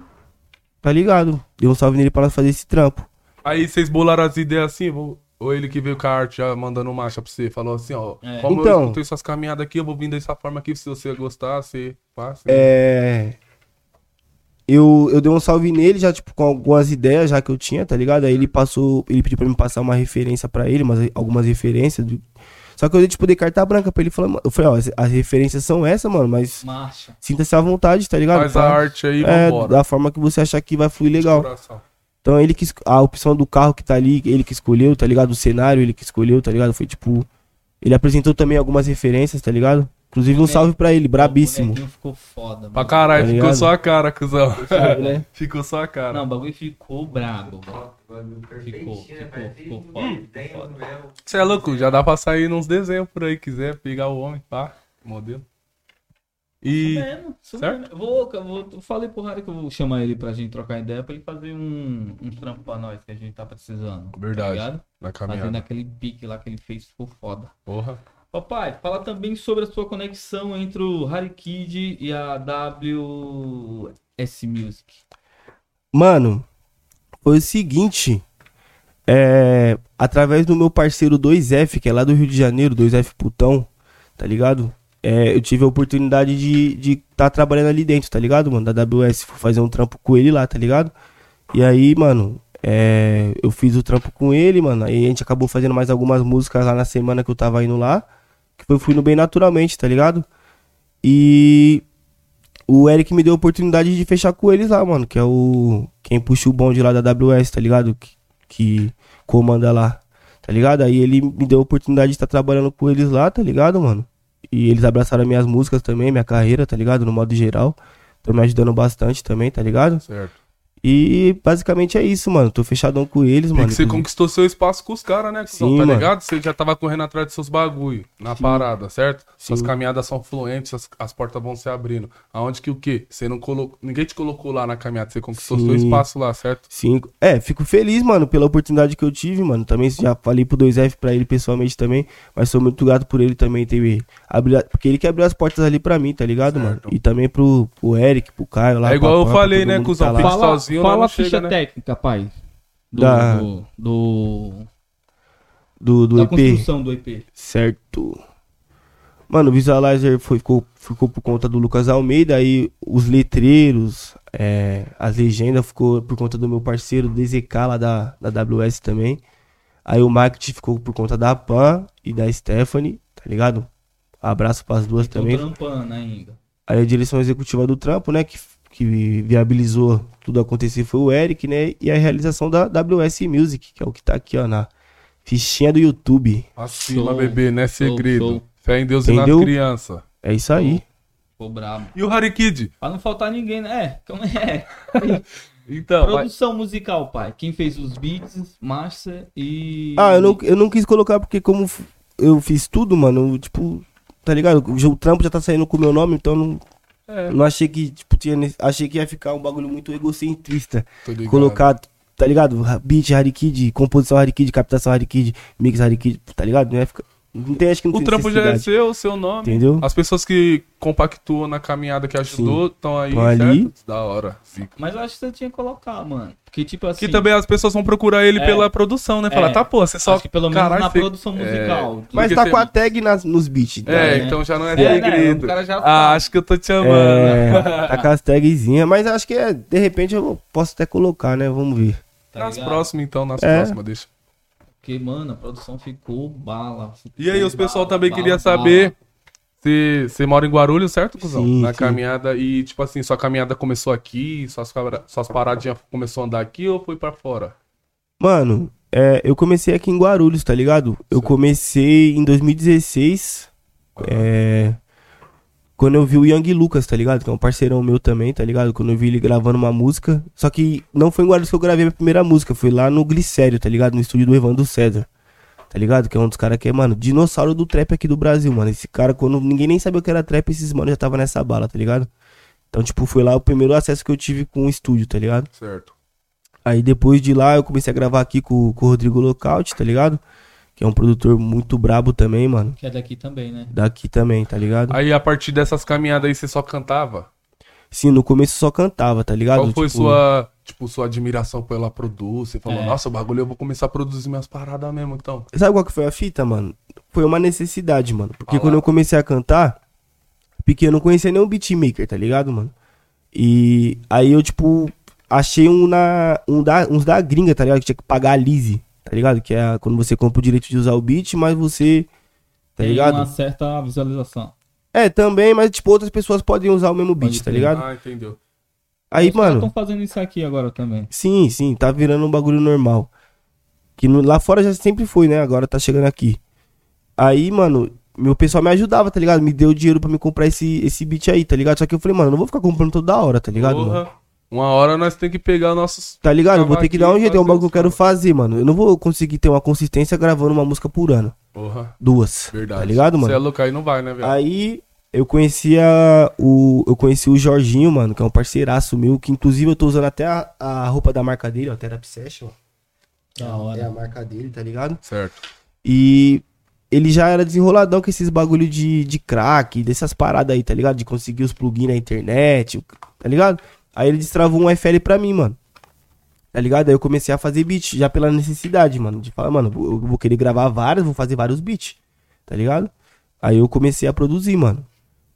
Speaker 3: Tá ligado? Deu um salve nele pra nós fazer esse trampo.
Speaker 2: Aí vocês bolaram as ideias assim, vou- ou ele que veio com a arte já mandando marcha pra você, falou assim, ó,
Speaker 4: É.
Speaker 2: como eu
Speaker 3: Então.
Speaker 2: escutei suas caminhadas aqui, eu vou vir dessa forma aqui, se você gostar, você passa.
Speaker 3: É. Eu, eu dei um salve nele já, tipo, com algumas ideias já que eu tinha, tá ligado? Aí ele passou. Ele pediu pra me passar uma referência pra ele, mas algumas referências. do- Só que eu dei, tipo, de carta branca pra ele falar. mano, Eu falei, ó, as- as referências são essas, mano, mas
Speaker 4: Marcha.
Speaker 3: sinta-se à vontade, tá ligado?
Speaker 2: Faz
Speaker 3: Pra-
Speaker 2: a arte aí,
Speaker 3: é,
Speaker 2: vambora.
Speaker 3: da forma que você achar que vai fluir legal.
Speaker 2: Coração.
Speaker 3: Então ele que es- a opção do carro que tá ali, ele que escolheu, tá ligado? O cenário ele que escolheu, tá ligado? Foi tipo ele apresentou também algumas referências, tá ligado? Inclusive, um
Speaker 1: Boneco.
Speaker 3: salve pra ele, brabíssimo.
Speaker 1: O bonequinho ficou foda, mano.
Speaker 2: Pra caralho,
Speaker 3: Tá
Speaker 2: ficou
Speaker 3: ligado?
Speaker 2: só a
Speaker 1: [LAUGHS]
Speaker 2: cara, cuzão.
Speaker 3: né?
Speaker 2: ficou só a cara.
Speaker 1: Não, o bagulho ficou brabo. mano. Ficou,
Speaker 5: Perfeitinho,
Speaker 1: ficou, ficou
Speaker 5: né? Perfeito.
Speaker 1: foda,
Speaker 5: Hum.
Speaker 1: ficou foda.
Speaker 5: Mesmo.
Speaker 2: Você é louco, já dá pra sair nos desenhos por aí, quiser pegar o homem, pá, modelo. E.
Speaker 1: Isso mesmo, isso É, mesmo. Eu Vou, eu vou, eu falei pro Harry que eu vou chamar ele pra gente trocar ideia, pra ele fazer um, um trampo pra nós que a gente tá precisando. Tá
Speaker 2: Verdade, tá
Speaker 1: ligado?
Speaker 2: na
Speaker 1: Fazendo
Speaker 2: caminhada.
Speaker 1: aquele pique lá que ele fez, ficou foda.
Speaker 2: Porra.
Speaker 1: Papai, fala também sobre a sua conexão entre o Harry Kid e a WS Music.
Speaker 3: Mano, foi o seguinte. É, através do meu parceiro 2F, que é lá do Rio de Janeiro, 2F Putão, tá ligado? É, eu tive a oportunidade de estar de tá trabalhando ali dentro, tá ligado, mano? Da WS, fui fazer um trampo com ele lá, tá ligado? E aí, mano, é, eu fiz o trampo com ele, mano. Aí a gente acabou fazendo mais algumas músicas lá na semana que eu tava indo lá. Que foi fluindo bem naturalmente, tá ligado? E o Eric me deu a oportunidade de fechar com eles lá, mano. Que é o. Quem puxa o bonde lá da WS, tá ligado? Que, que comanda lá, tá ligado? Aí ele me deu a oportunidade de estar trabalhando com eles lá, tá ligado, mano? E eles abraçaram minhas músicas também, minha carreira, tá ligado? No modo geral. Estão me ajudando bastante também, tá ligado?
Speaker 2: Certo.
Speaker 3: E basicamente é isso, mano. Tô fechadão com eles,
Speaker 2: Tem
Speaker 3: mano.
Speaker 2: que você conquistou seu espaço com os caras, né, cuzão,
Speaker 3: Sim,
Speaker 2: tá
Speaker 3: mano.
Speaker 2: ligado? Você já tava correndo atrás dos seus bagulho, na parada, certo? Suas
Speaker 3: Sim.
Speaker 2: caminhadas são fluentes, as, as portas vão se abrindo. Aonde que o quê? Você não colocou. Ninguém te colocou lá na caminhada, você conquistou
Speaker 3: Sim.
Speaker 2: seu espaço lá, certo?
Speaker 3: Cinco. É, fico feliz, mano, pela oportunidade que eu tive, mano. Também já falei pro 2F pra ele pessoalmente também, mas sou muito grato por ele também ter abrido, porque ele que abriu as portas ali pra mim, tá ligado, mano? E também pro, pro Eric, pro Caio lá.
Speaker 2: É igual
Speaker 3: pra
Speaker 2: eu
Speaker 3: Pampa,
Speaker 2: falei,
Speaker 3: todo
Speaker 2: né,
Speaker 3: mundo tá
Speaker 2: cuzão?
Speaker 3: lá.
Speaker 2: Fica-
Speaker 1: Fala,
Speaker 2: sozinho,
Speaker 1: fala
Speaker 2: lá não
Speaker 1: a ficha
Speaker 2: chega, né?
Speaker 1: técnica, pai. Do,
Speaker 3: Da-
Speaker 1: do, do-
Speaker 3: Do, do
Speaker 1: da
Speaker 3: EP.
Speaker 1: construção do EP.
Speaker 3: Certo. Mano, o Visualizer foi, ficou, ficou por conta do Lucas Almeida, aí os letreiros, é, as legendas ficou por conta do meu parceiro DZK lá da, da WS também. Aí o marketing ficou por conta da Pan e da Stephanie, tá ligado? Abraço pras duas
Speaker 4: Então
Speaker 1: Tô
Speaker 4: tá.
Speaker 3: também.
Speaker 1: trampando ainda.
Speaker 3: Aí a direção executiva do trampo, né, que, que viabilizou tudo acontecer foi o Eric, né, e a realização da WS Music, que é o que tá aqui, ó, na fichinha do YouTube.
Speaker 2: Acima,
Speaker 1: Show,
Speaker 2: bebê, né?
Speaker 1: show,
Speaker 2: Segredo.
Speaker 1: show.
Speaker 2: Fé em Deus e nas
Speaker 3: Entendeu?
Speaker 2: crianças.
Speaker 3: É isso aí.
Speaker 1: Ficou brabo.
Speaker 2: E o Harry Kid?
Speaker 1: Pra não faltar ninguém, né? É, como é. [LAUGHS]
Speaker 2: Então, vai-
Speaker 1: Produção musical, pai. Quem fez os beats, master e.
Speaker 3: Ah, eu não, eu não quis colocar porque como f- eu fiz tudo, mano, eu, tipo, tá ligado? O jo- O trampo já tá saindo com o meu nome, então eu não,
Speaker 2: É.
Speaker 3: não achei que, tipo, tinha, ne- achei que ia ficar um bagulho muito egocentrista.
Speaker 2: tô ligado.
Speaker 3: Colocar, tá ligado? Ra- Beat Harry Kid, composição Harry Kid, captação Harry Kid, mix Harry Kid, tá ligado? Não ia ficar- não tem, acho que não
Speaker 2: O
Speaker 3: tem
Speaker 2: trampo já é
Speaker 3: necessidade,
Speaker 2: seu, seu nome.
Speaker 3: entendeu?
Speaker 2: As pessoas que compactuam na caminhada que ajudou estão aí,
Speaker 3: Tão ali.
Speaker 2: certo? Da hora. Zica.
Speaker 1: Mas eu acho que você tinha que colocar, mano. Porque, tipo assim.
Speaker 2: Que também as pessoas vão procurar ele
Speaker 1: É.
Speaker 2: pela produção, né? Falar,
Speaker 1: É.
Speaker 2: tá, pô, você só.
Speaker 1: Acho que pelo menos
Speaker 2: Caralho,
Speaker 1: na
Speaker 2: você-
Speaker 1: produção musical.
Speaker 2: É.
Speaker 3: Mas
Speaker 2: Porque
Speaker 3: tá
Speaker 2: você-
Speaker 3: com a tag nas, nos beats, tá?
Speaker 2: É,
Speaker 1: né?
Speaker 2: então já não é,
Speaker 1: É, né?
Speaker 2: segredo.
Speaker 1: O cara já
Speaker 2: Ah,
Speaker 1: sabe.
Speaker 2: acho que eu tô te amando. né?
Speaker 3: É, tá com as tagzinhas, mas acho que é, de repente eu posso até colocar, né? Vamos ver.
Speaker 1: tá
Speaker 2: nas
Speaker 1: ligado?
Speaker 2: próximas, então, nas
Speaker 3: É.
Speaker 2: próximas, deixa.
Speaker 1: Porque, mano, a produção ficou bala. ficou
Speaker 2: E aí, os
Speaker 1: bala,
Speaker 2: pessoal também
Speaker 1: bala,
Speaker 2: queria
Speaker 1: bala.
Speaker 2: saber. se Você mora em Guarulhos, certo, cuzão?
Speaker 3: Sim,
Speaker 2: Na
Speaker 3: sim.
Speaker 2: caminhada, e tipo assim, sua caminhada começou aqui, suas, cabra- suas paradinhas começou a andar aqui ou foi pra fora?
Speaker 3: Mano, é, eu comecei aqui em Guarulhos, tá ligado? Eu comecei em 2016. é, quando eu vi o Young Lucas, tá ligado? Que é um parceirão meu também, tá ligado? Quando eu vi ele gravando uma música. Só que não foi em Guarulhos que eu gravei a minha primeira música. Foi lá no Glicério, tá ligado? No estúdio do Evandro César. Tá ligado? Que é um dos caras que é, mano, dinossauro do trap aqui do Brasil, mano. Esse cara, quando ninguém nem sabia o que era trap, esses mano já tava nessa bala, tá ligado? Então, tipo, foi lá o primeiro acesso que eu tive com o estúdio, tá ligado?
Speaker 2: Certo.
Speaker 3: Aí depois de lá eu comecei a gravar aqui com, com o Rodrigo Lockout, tá ligado? Que é um produtor muito brabo também, mano.
Speaker 1: Que é daqui também, né?
Speaker 3: Daqui também, tá ligado?
Speaker 2: Aí, a partir dessas caminhadas aí, você só cantava?
Speaker 3: Sim, no começo só cantava, tá ligado?
Speaker 2: Qual foi
Speaker 3: Tipo,
Speaker 2: sua, tipo, sua admiração pela produção? Você falou,
Speaker 1: É.
Speaker 2: nossa, o bagulho eu vou começar a produzir minhas paradas mesmo, então.
Speaker 3: Sabe qual que foi a fita, mano? Foi uma necessidade, mano. Porque
Speaker 2: Fala.
Speaker 3: quando eu comecei a cantar, porque eu não conhecia nenhum beatmaker, tá ligado, mano? E aí eu, tipo, achei um na, um da, uns da gringa, tá ligado? Que tinha que pagar a lease, tá ligado? Que é a- quando você compra o direito de usar o beat, mas você. Tá
Speaker 1: Tem
Speaker 3: ligado?
Speaker 1: uma certa visualização.
Speaker 3: É, também, mas, tipo, outras pessoas podem usar o mesmo
Speaker 1: Pode
Speaker 3: beat, tá
Speaker 1: crer. Ah,
Speaker 3: ligado?
Speaker 2: Ah, entendeu.
Speaker 3: Aí,
Speaker 1: Os
Speaker 4: Ah,
Speaker 1: caras
Speaker 3: mano,
Speaker 1: tão fazendo isso aqui agora também.
Speaker 3: sim, sim, tá virando um bagulho normal. Que no- lá fora já sempre foi, né? Agora tá chegando aqui. Aí, mano, meu pessoal me ajudava, tá ligado? Me deu dinheiro pra me comprar esse, esse beat aí, tá ligado? Só que eu falei, mano, eu não vou ficar comprando toda hora, tá ligado? mano?
Speaker 2: Porra, uma hora nós tem que pegar nossos.
Speaker 3: Tá ligado? Eu vou ter que dar um
Speaker 2: Cavaquinho,
Speaker 3: jeito, é um bagulho que eu quero
Speaker 2: fazer
Speaker 3: fazer, mano. Eu não vou conseguir ter uma consistência gravando uma música por ano.
Speaker 2: Porra,
Speaker 3: Duas.
Speaker 2: verdade.
Speaker 3: Tá ligado, mano?
Speaker 2: Você é louco aí, não vai, né, velho?
Speaker 3: Aí eu conhecia o. Eu conheci o Jorginho, mano, que é um parceiraço meu, que inclusive eu tô observando até a, a roupa da marca dele, ó, Therapy Session.
Speaker 4: Da
Speaker 3: É a
Speaker 4: hora.
Speaker 3: marca dele, tá ligado?
Speaker 2: Certo.
Speaker 3: E ele já era desenroladão com esses bagulho de, de crack, dessas paradas aí, tá ligado? De conseguir os plugins na internet, o- tá ligado? Aí ele destravou um FL pra mim, mano. Tá ligado? Aí eu comecei a fazer beat, já pela necessidade, mano. De falar, mano, eu vou querer gravar várias, vou fazer vários beats, tá ligado? Aí eu comecei a produzir, mano.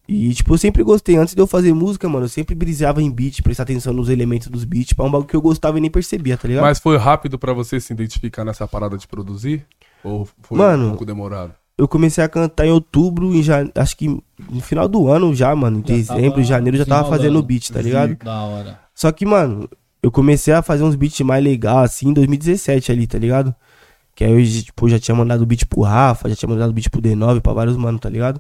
Speaker 3: E, tipo, eu sempre gostei. Antes de eu fazer música, mano, eu sempre brisava em beat, prestar atenção nos elementos dos beats, pra um bagulho que eu gostava e nem percebia, tá ligado?
Speaker 2: Mas foi rápido pra você se identificar nessa parada de produzir? Ou foi
Speaker 3: Mano,
Speaker 2: um pouco demorado?
Speaker 3: eu comecei a cantar em outubro, em ja- acho que no final do ano já, mano. Em dezembro,
Speaker 4: tava
Speaker 3: janeiro, eu já
Speaker 4: se
Speaker 3: tava
Speaker 4: enrolando.
Speaker 3: fazendo beat, tá ligado?
Speaker 4: Da hora.
Speaker 3: Só que, mano, eu comecei a fazer uns beats mais legais, assim, em 2017 ali, tá ligado? Que aí eu, tipo, já tinha mandado beat pro Rafa, já tinha mandado beat pro D9, pra vários mano, tá ligado?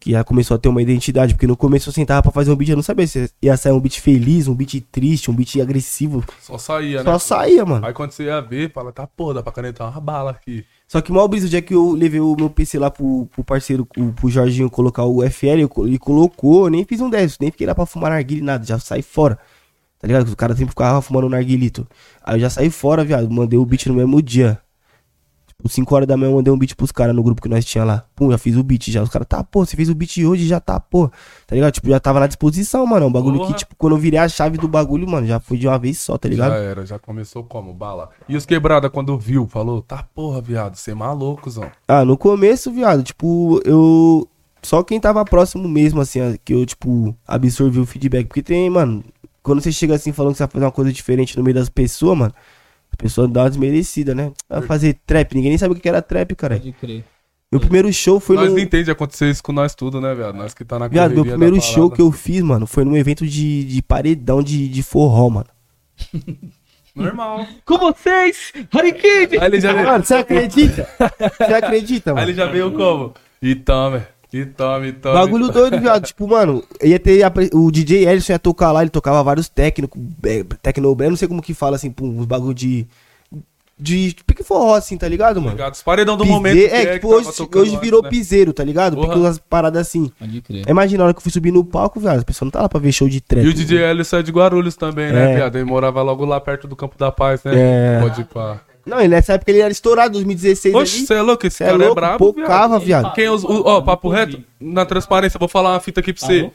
Speaker 3: Que já começou a ter uma identidade, porque no começo eu sentava pra fazer um beat, eu não sabia se ia sair um beat feliz, um beat triste, um beat agressivo.
Speaker 2: Só saía, né?
Speaker 3: Só saía, mano.
Speaker 2: Aí quando você ia ver, fala, tá porra, dá pra canetar uma bala aqui.
Speaker 3: Só que o maior brisa, o dia que eu levei o meu PC lá pro, pro parceiro, o- pro Jorginho colocar o FL, eu co- ele colocou, eu nem fiz um déficit, nem fiquei lá pra fumar narguilha, nada, já saí fora. Tá ligado? O cara sempre ficava fumando um narguilito. Aí eu já saí fora, viado, mandei o beat no mesmo dia. Tipo, 5 horas da manhã eu mandei um beat pros caras no grupo que nós tinha lá. Pum, já fiz o beat já. Os caras, tá, pô, você fez o beat hoje, já tá, pô. Tá ligado? Tipo, já tava na disposição, mano. é Um bagulho
Speaker 2: Porra.
Speaker 3: que, tipo, quando eu virei a chave do bagulho, mano, já foi de uma vez só, tá ligado?
Speaker 2: Já era, já começou como? Bala. E os quebrada quando viu, falou, tá porra, viado, você é maluco, zão.
Speaker 3: Ah, no começo, viado, tipo, eu. Só quem tava próximo mesmo, assim, a- que eu, tipo, absorvi o feedback. Porque tem, mano, quando você chega assim falando que você vai fazer uma coisa diferente no meio das pessoas, mano, as pessoas dão uma desmerecida, né?
Speaker 2: É.
Speaker 3: Vai fazer trap, ninguém nem sabe o que era trap, cara.
Speaker 4: Pode crer.
Speaker 3: Meu primeiro show foi
Speaker 2: Nós tá
Speaker 3: no.
Speaker 2: não entende acontecer isso com nós tudo, né, viado? Nós que tá na
Speaker 3: Viado, meu
Speaker 2: correria da
Speaker 3: primeiro
Speaker 2: parada.
Speaker 3: show que eu fiz, mano, foi num evento de, de paredão de, de forró, mano.
Speaker 2: Normal.
Speaker 4: Com vocês, Harikid!
Speaker 2: Aí ele já veio,
Speaker 3: Mano, é você
Speaker 2: [LAUGHS]
Speaker 3: acredita? você acredita,
Speaker 2: aí
Speaker 3: mano?
Speaker 2: ele já veio como? E tome, e tome, e tome.
Speaker 3: Bagulho
Speaker 2: [LAUGHS]
Speaker 3: doido, viado. Tipo, mano, ia ter a pre- o DJ Ellison ia tocar lá, ele tocava vários técnicos, é, techno brand, não sei como que fala assim, pum, uns bagulho de de pique forró assim, tá ligado, mano?
Speaker 2: Ligado, Os paredão do
Speaker 3: Piseiro-
Speaker 2: momento. que
Speaker 3: é,
Speaker 2: que
Speaker 3: tipo,
Speaker 2: tava
Speaker 3: hoje,
Speaker 2: tocando
Speaker 3: hoje
Speaker 2: antes,
Speaker 3: virou
Speaker 2: né?
Speaker 3: piseiro, tá ligado?
Speaker 2: Porra.
Speaker 3: Porque umas paradas assim.
Speaker 4: Pode crer.
Speaker 3: Imagina a hora que eu fui subir no palco, viado, a pessoa não tá lá pra ver show de trap.
Speaker 2: E o DJ Hélio é de Guarulhos também, né,
Speaker 3: É.
Speaker 2: viado? Ele morava logo lá perto do Campo da Paz, né?
Speaker 3: É.
Speaker 2: Pode ir pra...
Speaker 3: Não, e nessa época ele era estourado, 2016
Speaker 2: Oxe,
Speaker 3: ali.
Speaker 2: você é louco, esse
Speaker 3: Cê
Speaker 2: cara é,
Speaker 3: louco,
Speaker 2: brabo,
Speaker 3: pocava, viado.
Speaker 2: Quem usa, o- ó, papo reto, na transparência, vou falar uma fita aqui pra você.
Speaker 4: Alô?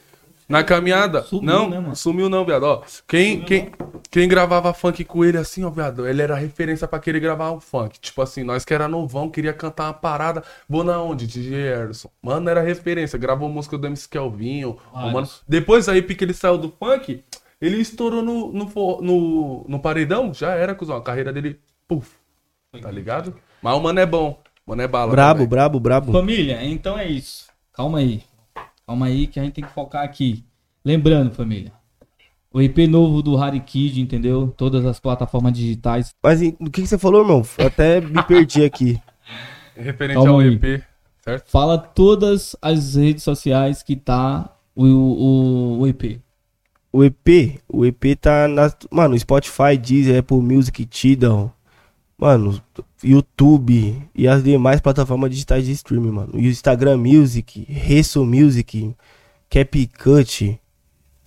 Speaker 2: Na caminhada.
Speaker 4: Tá Sumiu,
Speaker 2: não,
Speaker 4: né, mano?
Speaker 2: sumiu não, viado. Ó, quem, quem, quem gravava funk com ele assim, ó, viado, ele era referência pra querer gravar um funk. Tipo assim, nós que era novão, queria cantar uma parada. Vou na onde, DJ Erson? Mano, era referência. Gravou música do MC Kelvinho.
Speaker 4: Vários.
Speaker 2: o mano. Depois aí, pique ele saiu do funk, ele estourou no, no, fo- no, no paredão. Já era, cuzão. A carreira dele, puf, tá ligado? Mas o mano é bom. O mano é bala.
Speaker 3: Brabo,
Speaker 2: também.
Speaker 3: brabo, brabo.
Speaker 4: Família, então é isso. Calma aí. Calma aí que a gente tem que focar aqui. Lembrando, família. O EP novo do Harry Kid, entendeu? Todas as plataformas digitais.
Speaker 3: Mas e- o que, que você falou, irmão? Eu
Speaker 2: [LAUGHS]
Speaker 3: até me perdi aqui.
Speaker 2: Referente
Speaker 4: Calma
Speaker 2: ao
Speaker 4: aí.
Speaker 2: EP, certo?
Speaker 4: Fala todas as redes sociais que tá o, o, o EP.
Speaker 3: O EP, o EP tá na, mano, Spotify, Deezer, Apple Music, Tidal, mano, YouTube e as demais plataformas digitais de streaming, mano. E o Instagram Music, Resso Music, CapCut,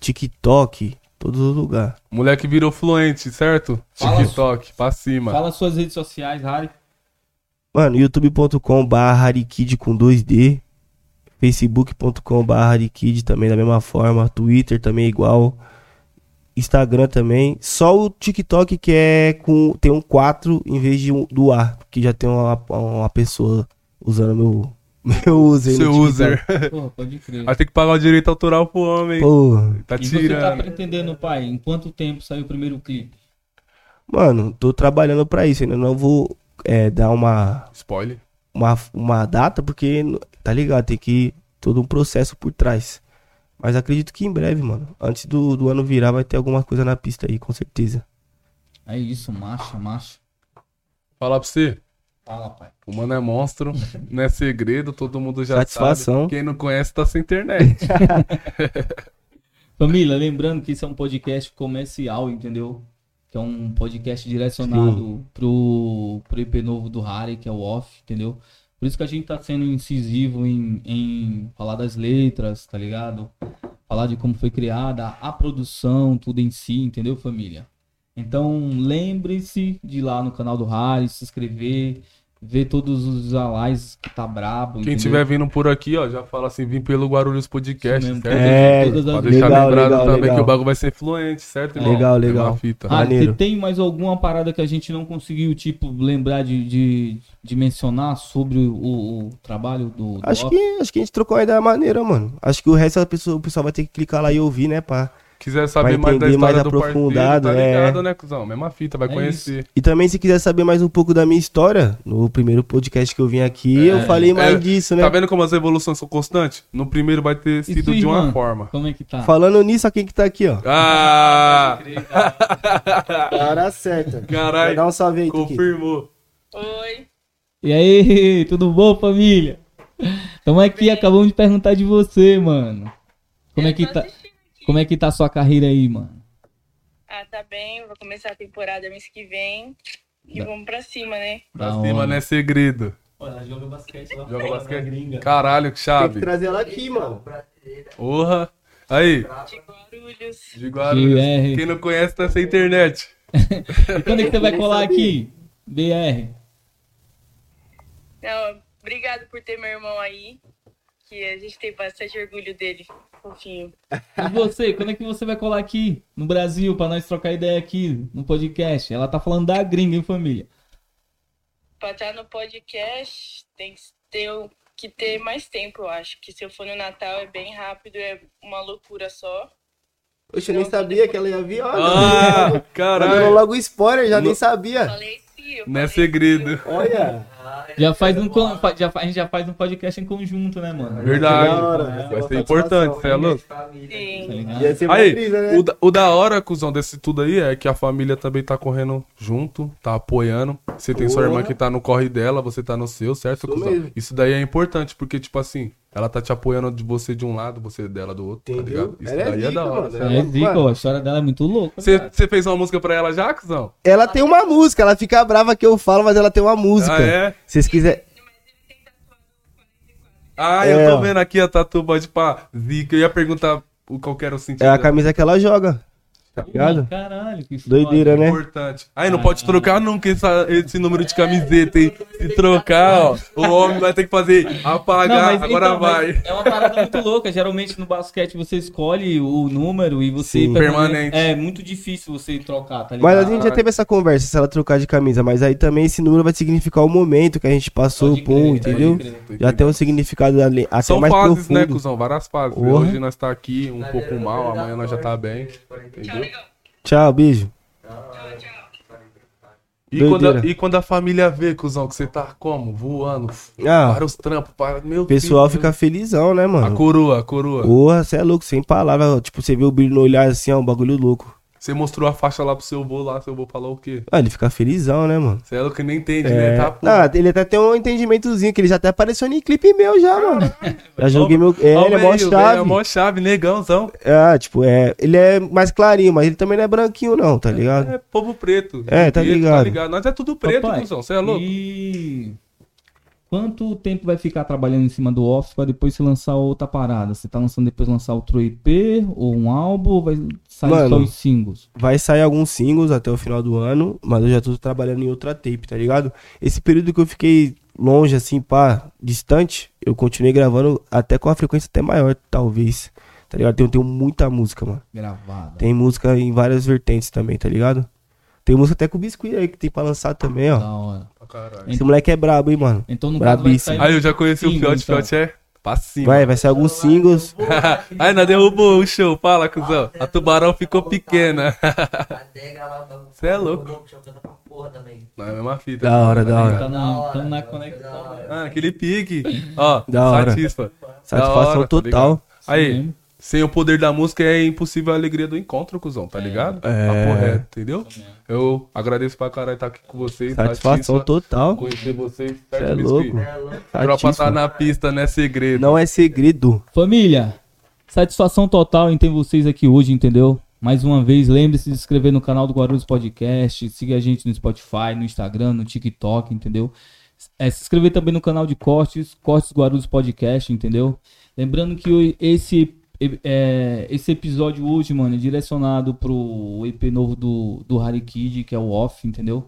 Speaker 3: TikTok, todos os lugares.
Speaker 2: Moleque virou fluente, certo?
Speaker 4: Fala.
Speaker 2: TikTok, pra cima.
Speaker 4: Fala suas redes sociais, Harry.
Speaker 3: Mano, youtube.com barra com 2D, facebook.com barra também da mesma forma, Twitter também é igual, Instagram também, só o TikTok que é com, tem um 4 em vez de um, do A, que já tem uma, uma pessoa usando meu, [LAUGHS] meu user. no
Speaker 2: Seu
Speaker 3: TikTok.
Speaker 2: user.
Speaker 4: Porra,
Speaker 2: [LAUGHS]
Speaker 4: pode crer.
Speaker 2: Aí tem que pagar o direito autoral pro homem.
Speaker 3: Pô,
Speaker 2: Tá
Speaker 4: E você tá
Speaker 2: tirando.
Speaker 4: pretendendo, pai, em quanto tempo saiu o primeiro clipe?
Speaker 3: mano, tô trabalhando pra isso, ainda não vou é, dar uma
Speaker 2: Spoiler.
Speaker 3: uma, uma data, porque, tá ligado, tem que todo um processo por trás. Mas acredito que em breve, mano. Antes do, do ano virar, vai ter alguma coisa na pista aí, com certeza.
Speaker 4: É isso, macho, macho.
Speaker 2: Falar pra você.
Speaker 1: Fala, pai.
Speaker 2: O mano é [LAUGHS] monstro, não é segredo, todo mundo já
Speaker 3: Satisfação.
Speaker 2: sabe. Quem não conhece tá sem internet.
Speaker 1: Família, lembrando que isso é um podcast comercial, entendeu? Que é um podcast direcionado pro, pro EP novo do Harry, que é o Off, entendeu? Por isso que a gente tá sendo incisivo em, em falar das letras, tá ligado? Falar de como foi criada, a produção, tudo em si, entendeu, família? Então, lembre-se de ir lá no canal do Harry, se inscrever, ver todos os alais que tá brabo,
Speaker 2: Quem
Speaker 1: entendeu?
Speaker 2: tiver vindo por aqui, ó, já fala assim, vim pelo Guarulhos Podcast,
Speaker 1: Isso mesmo.
Speaker 2: certo?
Speaker 3: É,
Speaker 1: Todas as
Speaker 2: Pra
Speaker 3: legal,
Speaker 2: deixar lembrado
Speaker 3: legal,
Speaker 2: também
Speaker 3: legal.
Speaker 2: que o bagulho vai ser fluente, certo? irmão?
Speaker 3: Legal,
Speaker 2: Tem
Speaker 3: legal.
Speaker 2: uma fita.
Speaker 3: Ah,
Speaker 1: Ah,
Speaker 3: Maneiro.
Speaker 1: você tem mais alguma parada que a gente não conseguiu, tipo, lembrar de, de, de mencionar sobre o, o- o trabalho do, do
Speaker 3: Acho
Speaker 1: Off?
Speaker 3: que, acho que a gente trocou a ideia maneira, mano. Acho que o resto a pessoa, o pessoal vai ter que clicar lá e ouvir, né, pá?
Speaker 2: Quiser saber
Speaker 3: Vai
Speaker 2: mais da
Speaker 3: entender
Speaker 2: história
Speaker 3: mais
Speaker 2: do parceiro,
Speaker 3: aprofundado,
Speaker 2: tá
Speaker 3: é.
Speaker 2: ligado, né, cuzão? Mesma fita, vai
Speaker 1: É
Speaker 2: conhecer.
Speaker 3: E também, se quiser saber mais um pouco da minha história, no primeiro podcast que eu vim aqui, eu falei mais
Speaker 2: É,
Speaker 3: disso, né?
Speaker 2: Tá vendo como as evoluções são constantes? No primeiro vai ter sido
Speaker 1: tu,
Speaker 2: de uma
Speaker 1: Ivan?
Speaker 2: forma.
Speaker 1: Como é que tá?
Speaker 3: Falando nisso, olha quem que tá aqui, ó.
Speaker 2: Ah!
Speaker 3: Cara certa.
Speaker 2: Tá. Caralho.
Speaker 3: Dá um salve aí, Tuquinho.
Speaker 2: Confirmou.
Speaker 5: Oi,
Speaker 4: E aí, [LAUGHS] tudo bom, família? Tamo aqui, acabamos de perguntar de você, mano. Como é que tá, como é que tá a sua carreira aí, mano?
Speaker 5: ah, tá bem, vou começar a temporada mês que vem. E
Speaker 4: Da-
Speaker 5: vamos pra cima, né?
Speaker 2: Pra
Speaker 4: Da
Speaker 2: cima,
Speaker 4: hora.
Speaker 2: né? Segredo.
Speaker 1: Olha, joga basquete lá.
Speaker 2: Joga
Speaker 1: fora,
Speaker 2: basquete.
Speaker 1: na gringa.
Speaker 2: Caralho, que
Speaker 3: Tem que
Speaker 2: chave.
Speaker 3: trazer ela aqui, mano.
Speaker 2: Porra. Aí,
Speaker 5: De Guarulhos.
Speaker 2: de Guarulhos.
Speaker 4: GR.
Speaker 2: Quem não conhece tá sem internet.
Speaker 4: E quando é que você vai colar aqui? BR.
Speaker 5: Não, obrigado por ter meu irmão aí, que a gente tem bastante orgulho dele, fofinho.
Speaker 4: E você, quando é que você vai colar aqui no Brasil pra nós trocar ideia aqui no podcast? Ela tá falando da gringa, hein, família?
Speaker 5: Pra estar no podcast, tem que ter, o- que ter mais tempo, eu acho. Que se eu for no Natal é bem rápido, é uma loucura só.
Speaker 3: Oxe, eu nem sabia que ela ia vir, olha.
Speaker 2: Ah,
Speaker 3: Tá dando
Speaker 2: caralho.
Speaker 3: logo spoiler, já nem sabia.
Speaker 5: Falei sim, eu
Speaker 2: Não é
Speaker 5: falei
Speaker 2: segredo.
Speaker 3: Olha.
Speaker 4: Já faz um, con- fa- já, fa- a gente já faz um podcast em conjunto, né, mano?
Speaker 3: Da hora,
Speaker 2: Verdade.
Speaker 3: é
Speaker 2: Vai
Speaker 3: uma
Speaker 2: ser importante,
Speaker 3: satisfação,
Speaker 2: você é louco?
Speaker 5: sim.
Speaker 4: Tá ligado?
Speaker 3: Ia ser uma
Speaker 2: Aí,
Speaker 3: brisa, né?
Speaker 2: o da, o da hora, cuzão, desse tudo aí é que a família também tá correndo junto, tá apoiando. Você tem sua
Speaker 3: Porra.
Speaker 2: irmã que tá no corre dela, você tá no seu, certo,
Speaker 3: Isso
Speaker 2: cuzão?
Speaker 3: mesmo.
Speaker 2: Isso daí é importante, porque, tipo assim, ela tá te apoiando de você de um lado, você dela do outro,
Speaker 3: Entendeu?
Speaker 2: tá ligado? Isso
Speaker 3: Ela é
Speaker 2: daí é
Speaker 3: zica,
Speaker 2: da hora.
Speaker 3: mano.
Speaker 2: certo?
Speaker 4: É zica, ó, a história dela é muito louca.
Speaker 2: Você você fez uma música pra ela já, cuzão?
Speaker 3: Ela tem uma música, ela fica brava que eu falo, mas ela tem uma música.
Speaker 2: Ah, é?
Speaker 3: Se vocês quiserem.
Speaker 2: Ah,
Speaker 3: É,
Speaker 2: eu tô
Speaker 3: ó.
Speaker 2: vendo aqui a tatu, pode pá, zica. Eu ia perguntar o qual que era o sentido.
Speaker 3: É a
Speaker 2: dela.
Speaker 3: camisa que ela joga. Tá ligado?
Speaker 4: Caralho, que foda.
Speaker 3: Doideira, né?
Speaker 2: Importante. Aí não pode trocar nunca essa- esse número de camiseta, hein? Se trocar, ó, o homem vai ter que fazer apagar,
Speaker 4: mas
Speaker 2: agora
Speaker 4: então, mas
Speaker 2: vai.
Speaker 4: É uma parada muito
Speaker 2: [LAUGHS]
Speaker 4: louca. Geralmente no basquete você escolhe o número e você.
Speaker 3: Sim.
Speaker 2: Permanente. Ah,
Speaker 4: É muito difícil você trocar, tá ligado?
Speaker 3: Mas a gente já teve essa conversa, se ela trocar de camisa, mas aí também esse número vai significar o momento que a gente passou,
Speaker 4: Pode
Speaker 3: o pum,
Speaker 4: crer,
Speaker 3: entendeu?
Speaker 4: pode crer.
Speaker 3: Já tem um significado ali, até
Speaker 2: São
Speaker 3: mais
Speaker 2: fases, né,
Speaker 3: profundo.
Speaker 2: cuzão? Várias fases.
Speaker 3: Porra.
Speaker 2: Hoje nós tá aqui um pouco mal, amanhã nós já tá bem. Entendeu?
Speaker 3: Tchau, beijo.
Speaker 2: E quando, a,
Speaker 3: Doideira.
Speaker 2: e quando a família vê, cuzão, que você tá como? Voando.
Speaker 3: Ah.
Speaker 2: para os trampos, para. Meu
Speaker 3: O pessoal
Speaker 2: Deus.
Speaker 3: fica felizão, né,
Speaker 2: A
Speaker 3: mano?
Speaker 2: coroa, a coroa.
Speaker 3: Porra, você é louco, sem palavras. Tipo, você vê o brilho no olhar assim, ó, um bagulho louco.
Speaker 2: Você mostrou a faixa lá pro seu vô lá, seu vô falou o quê?
Speaker 3: Ah, ele fica felizão, né, mano?
Speaker 2: Você é louco que nem entende,
Speaker 3: É.
Speaker 2: né? Tá, pô.
Speaker 3: Ah, ele até tem um entendimentozinho, que ele já até apareceu em clipe meu já,
Speaker 2: [LAUGHS]
Speaker 3: mano. Já joguei meu. É,
Speaker 2: Ó,
Speaker 3: ele é mó
Speaker 2: velho, velho, É
Speaker 3: chave.
Speaker 2: mó chave, negãozão.
Speaker 3: Ah, tipo, é. Ele é mais clarinho, mas ele também não é branquinho, não, tá ligado?
Speaker 2: É povo preto.
Speaker 3: É, tá
Speaker 2: Preto,
Speaker 3: ligado.
Speaker 2: Nós é tudo preto,
Speaker 4: Papai,
Speaker 2: cuzão. Você é louco?
Speaker 4: E. Quanto tempo vai ficar trabalhando em cima do Office pra depois se lançar outra parada? Você tá lançando depois lançar outro EP ou um álbum ou vai sair
Speaker 3: Mano.
Speaker 4: só os singles?
Speaker 3: Vai sair alguns singles até o final do ano, mas eu já tô trabalhando em outra tape, tá ligado? Esse período que eu fiquei longe, assim, pá, distante, eu continuei gravando até com a frequência até maior, talvez. Tá ligado? Tenho, tenho muita música, mano.
Speaker 4: Gravado.
Speaker 3: Tem música em várias vertentes também, tá ligado? Tem música até com o Biscuit aí que tem pra lançar também, ó.
Speaker 4: Da hora.
Speaker 2: Pra Ah, caralho.
Speaker 3: Esse moleque é brabo, hein, mano.
Speaker 4: Tá. Então no
Speaker 3: Brabíssimo.
Speaker 4: caso vai
Speaker 2: Aí
Speaker 4: sair.
Speaker 2: eu já conheci
Speaker 4: Sim,
Speaker 2: o Fiote,
Speaker 4: então.
Speaker 2: Fiote é pra cima.
Speaker 3: Vai, vai sair alguns singles.
Speaker 2: [LAUGHS] Aí nós derrubou o show, fala, cuzão. A tubarão ficou pequena. [LAUGHS] Você é louco. Não, é a mesma fita.
Speaker 3: Da hora, da hora.
Speaker 4: Tá na, tá na conexão. né?
Speaker 2: Ah, aquele pique. Ó,
Speaker 3: Da hora.
Speaker 2: satisfa. Da
Speaker 3: Satisfação
Speaker 2: hora, tá
Speaker 3: total.
Speaker 2: ligado? Aí, Sem o poder da música é impossível a alegria do encontro, cuzão, tá ligado?
Speaker 3: É.
Speaker 2: Papo reto, entendeu?
Speaker 1: Isso mesmo.
Speaker 2: Eu agradeço pra caralho estar aqui com vocês. tá
Speaker 3: Satisfação
Speaker 2: satisfa-
Speaker 3: total.
Speaker 2: Conhecer vocês.
Speaker 3: Cê é
Speaker 2: certo,
Speaker 3: louco.
Speaker 2: Biscuit? Tropa tá
Speaker 3: Satisfa.
Speaker 2: na pista, né? Segredo.
Speaker 3: Não é segredo.
Speaker 4: Família, satisfação total em ter vocês aqui hoje, entendeu? Mais uma vez, lembre-se de se inscrever no canal do Guarulhos Podcast, siga a gente no Spotify, no Instagram, no TikTok, entendeu? É, se inscrever também no canal de cortes, Cortes Guarulhos Podcast, entendeu? Lembrando que o- esse, é, esse episódio hoje, mano, é direcionado pro EP novo do, do Harry Kid, que é o Off, entendeu?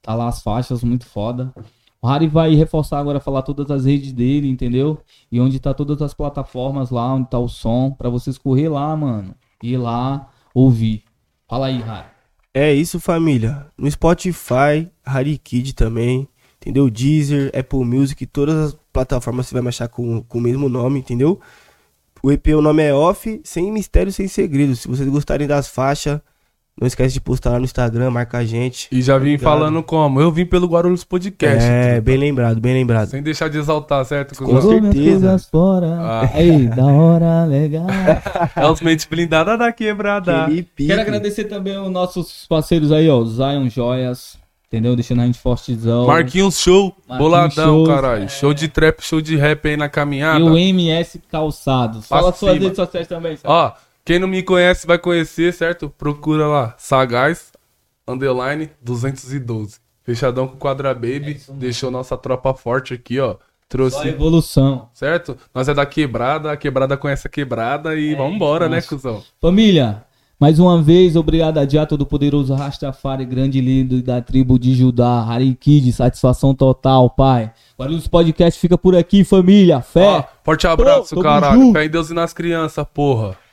Speaker 4: Tá lá as faixas, muito foda. O Harry vai reforçar agora, falar todas as redes dele, entendeu? E onde tá todas as plataformas lá, onde tá o som, pra vocês correr lá, mano. Ir lá, ouvir. Fala aí, Harry.
Speaker 3: É isso, família. No Spotify, Harry Kid também, entendeu? Deezer, Apple Music, todas as plataformas você vai me achar com, com o mesmo nome, entendeu? O EP, o nome é Off, sem mistério, sem segredo. Se vocês gostarem das faixas, não esquece de postar lá no Instagram, marca a gente.
Speaker 2: E já vim
Speaker 3: Obrigado.
Speaker 2: falando como? Eu vim pelo Guarulhos Podcast.
Speaker 3: É, bem lembrado, bem lembrado.
Speaker 2: Sem deixar de exaltar, certo,
Speaker 3: Com
Speaker 2: cuzão?
Speaker 4: minhas
Speaker 3: certeza.
Speaker 4: coisas fora.
Speaker 2: Ah.
Speaker 4: Aí, da hora,
Speaker 3: [LAUGHS]
Speaker 4: legal.
Speaker 2: É os mentes blindadas da quebrada.
Speaker 3: Aquele pique.
Speaker 4: Quero agradecer também os nossos parceiros aí, ó. Zion Joias, entendeu? Deixando a gente fortezão.
Speaker 2: Marquinhos Show,
Speaker 4: Marquinhos
Speaker 2: boladão,
Speaker 4: Show,
Speaker 2: caralho. Show de trap, show de rap aí na
Speaker 4: E um o
Speaker 2: caminhada.
Speaker 4: MS Calçados. Fala
Speaker 2: Pra
Speaker 4: suas
Speaker 2: cima.
Speaker 4: redes sociais também, sabe?
Speaker 2: Ó, quem não me conhece vai conhecer, certo? Procura lá, Sagaz, underline 212. Fechadão com o Quadra Baby,
Speaker 1: isso mesmo.
Speaker 2: deixou nossa tropa forte aqui, ó.
Speaker 1: Só
Speaker 2: Trouxe,
Speaker 4: é Evolução.
Speaker 2: certo? Nós é da quebrada, a quebrada conhece a quebrada e vambora, né,
Speaker 4: nossa.
Speaker 2: cuzão?
Speaker 4: Família, mais uma vez, obrigado a Dia Todo-Poderoso Rastafari, grande líder da tribo de Judá, Harim Kid, satisfação total, pai. Guarulhos Podcast fica por aqui, família, fé.
Speaker 2: Ó, forte abraço,
Speaker 4: Ô, tamo
Speaker 2: caralho.
Speaker 4: junto.
Speaker 2: Fé em Deus e nas crianças, porra.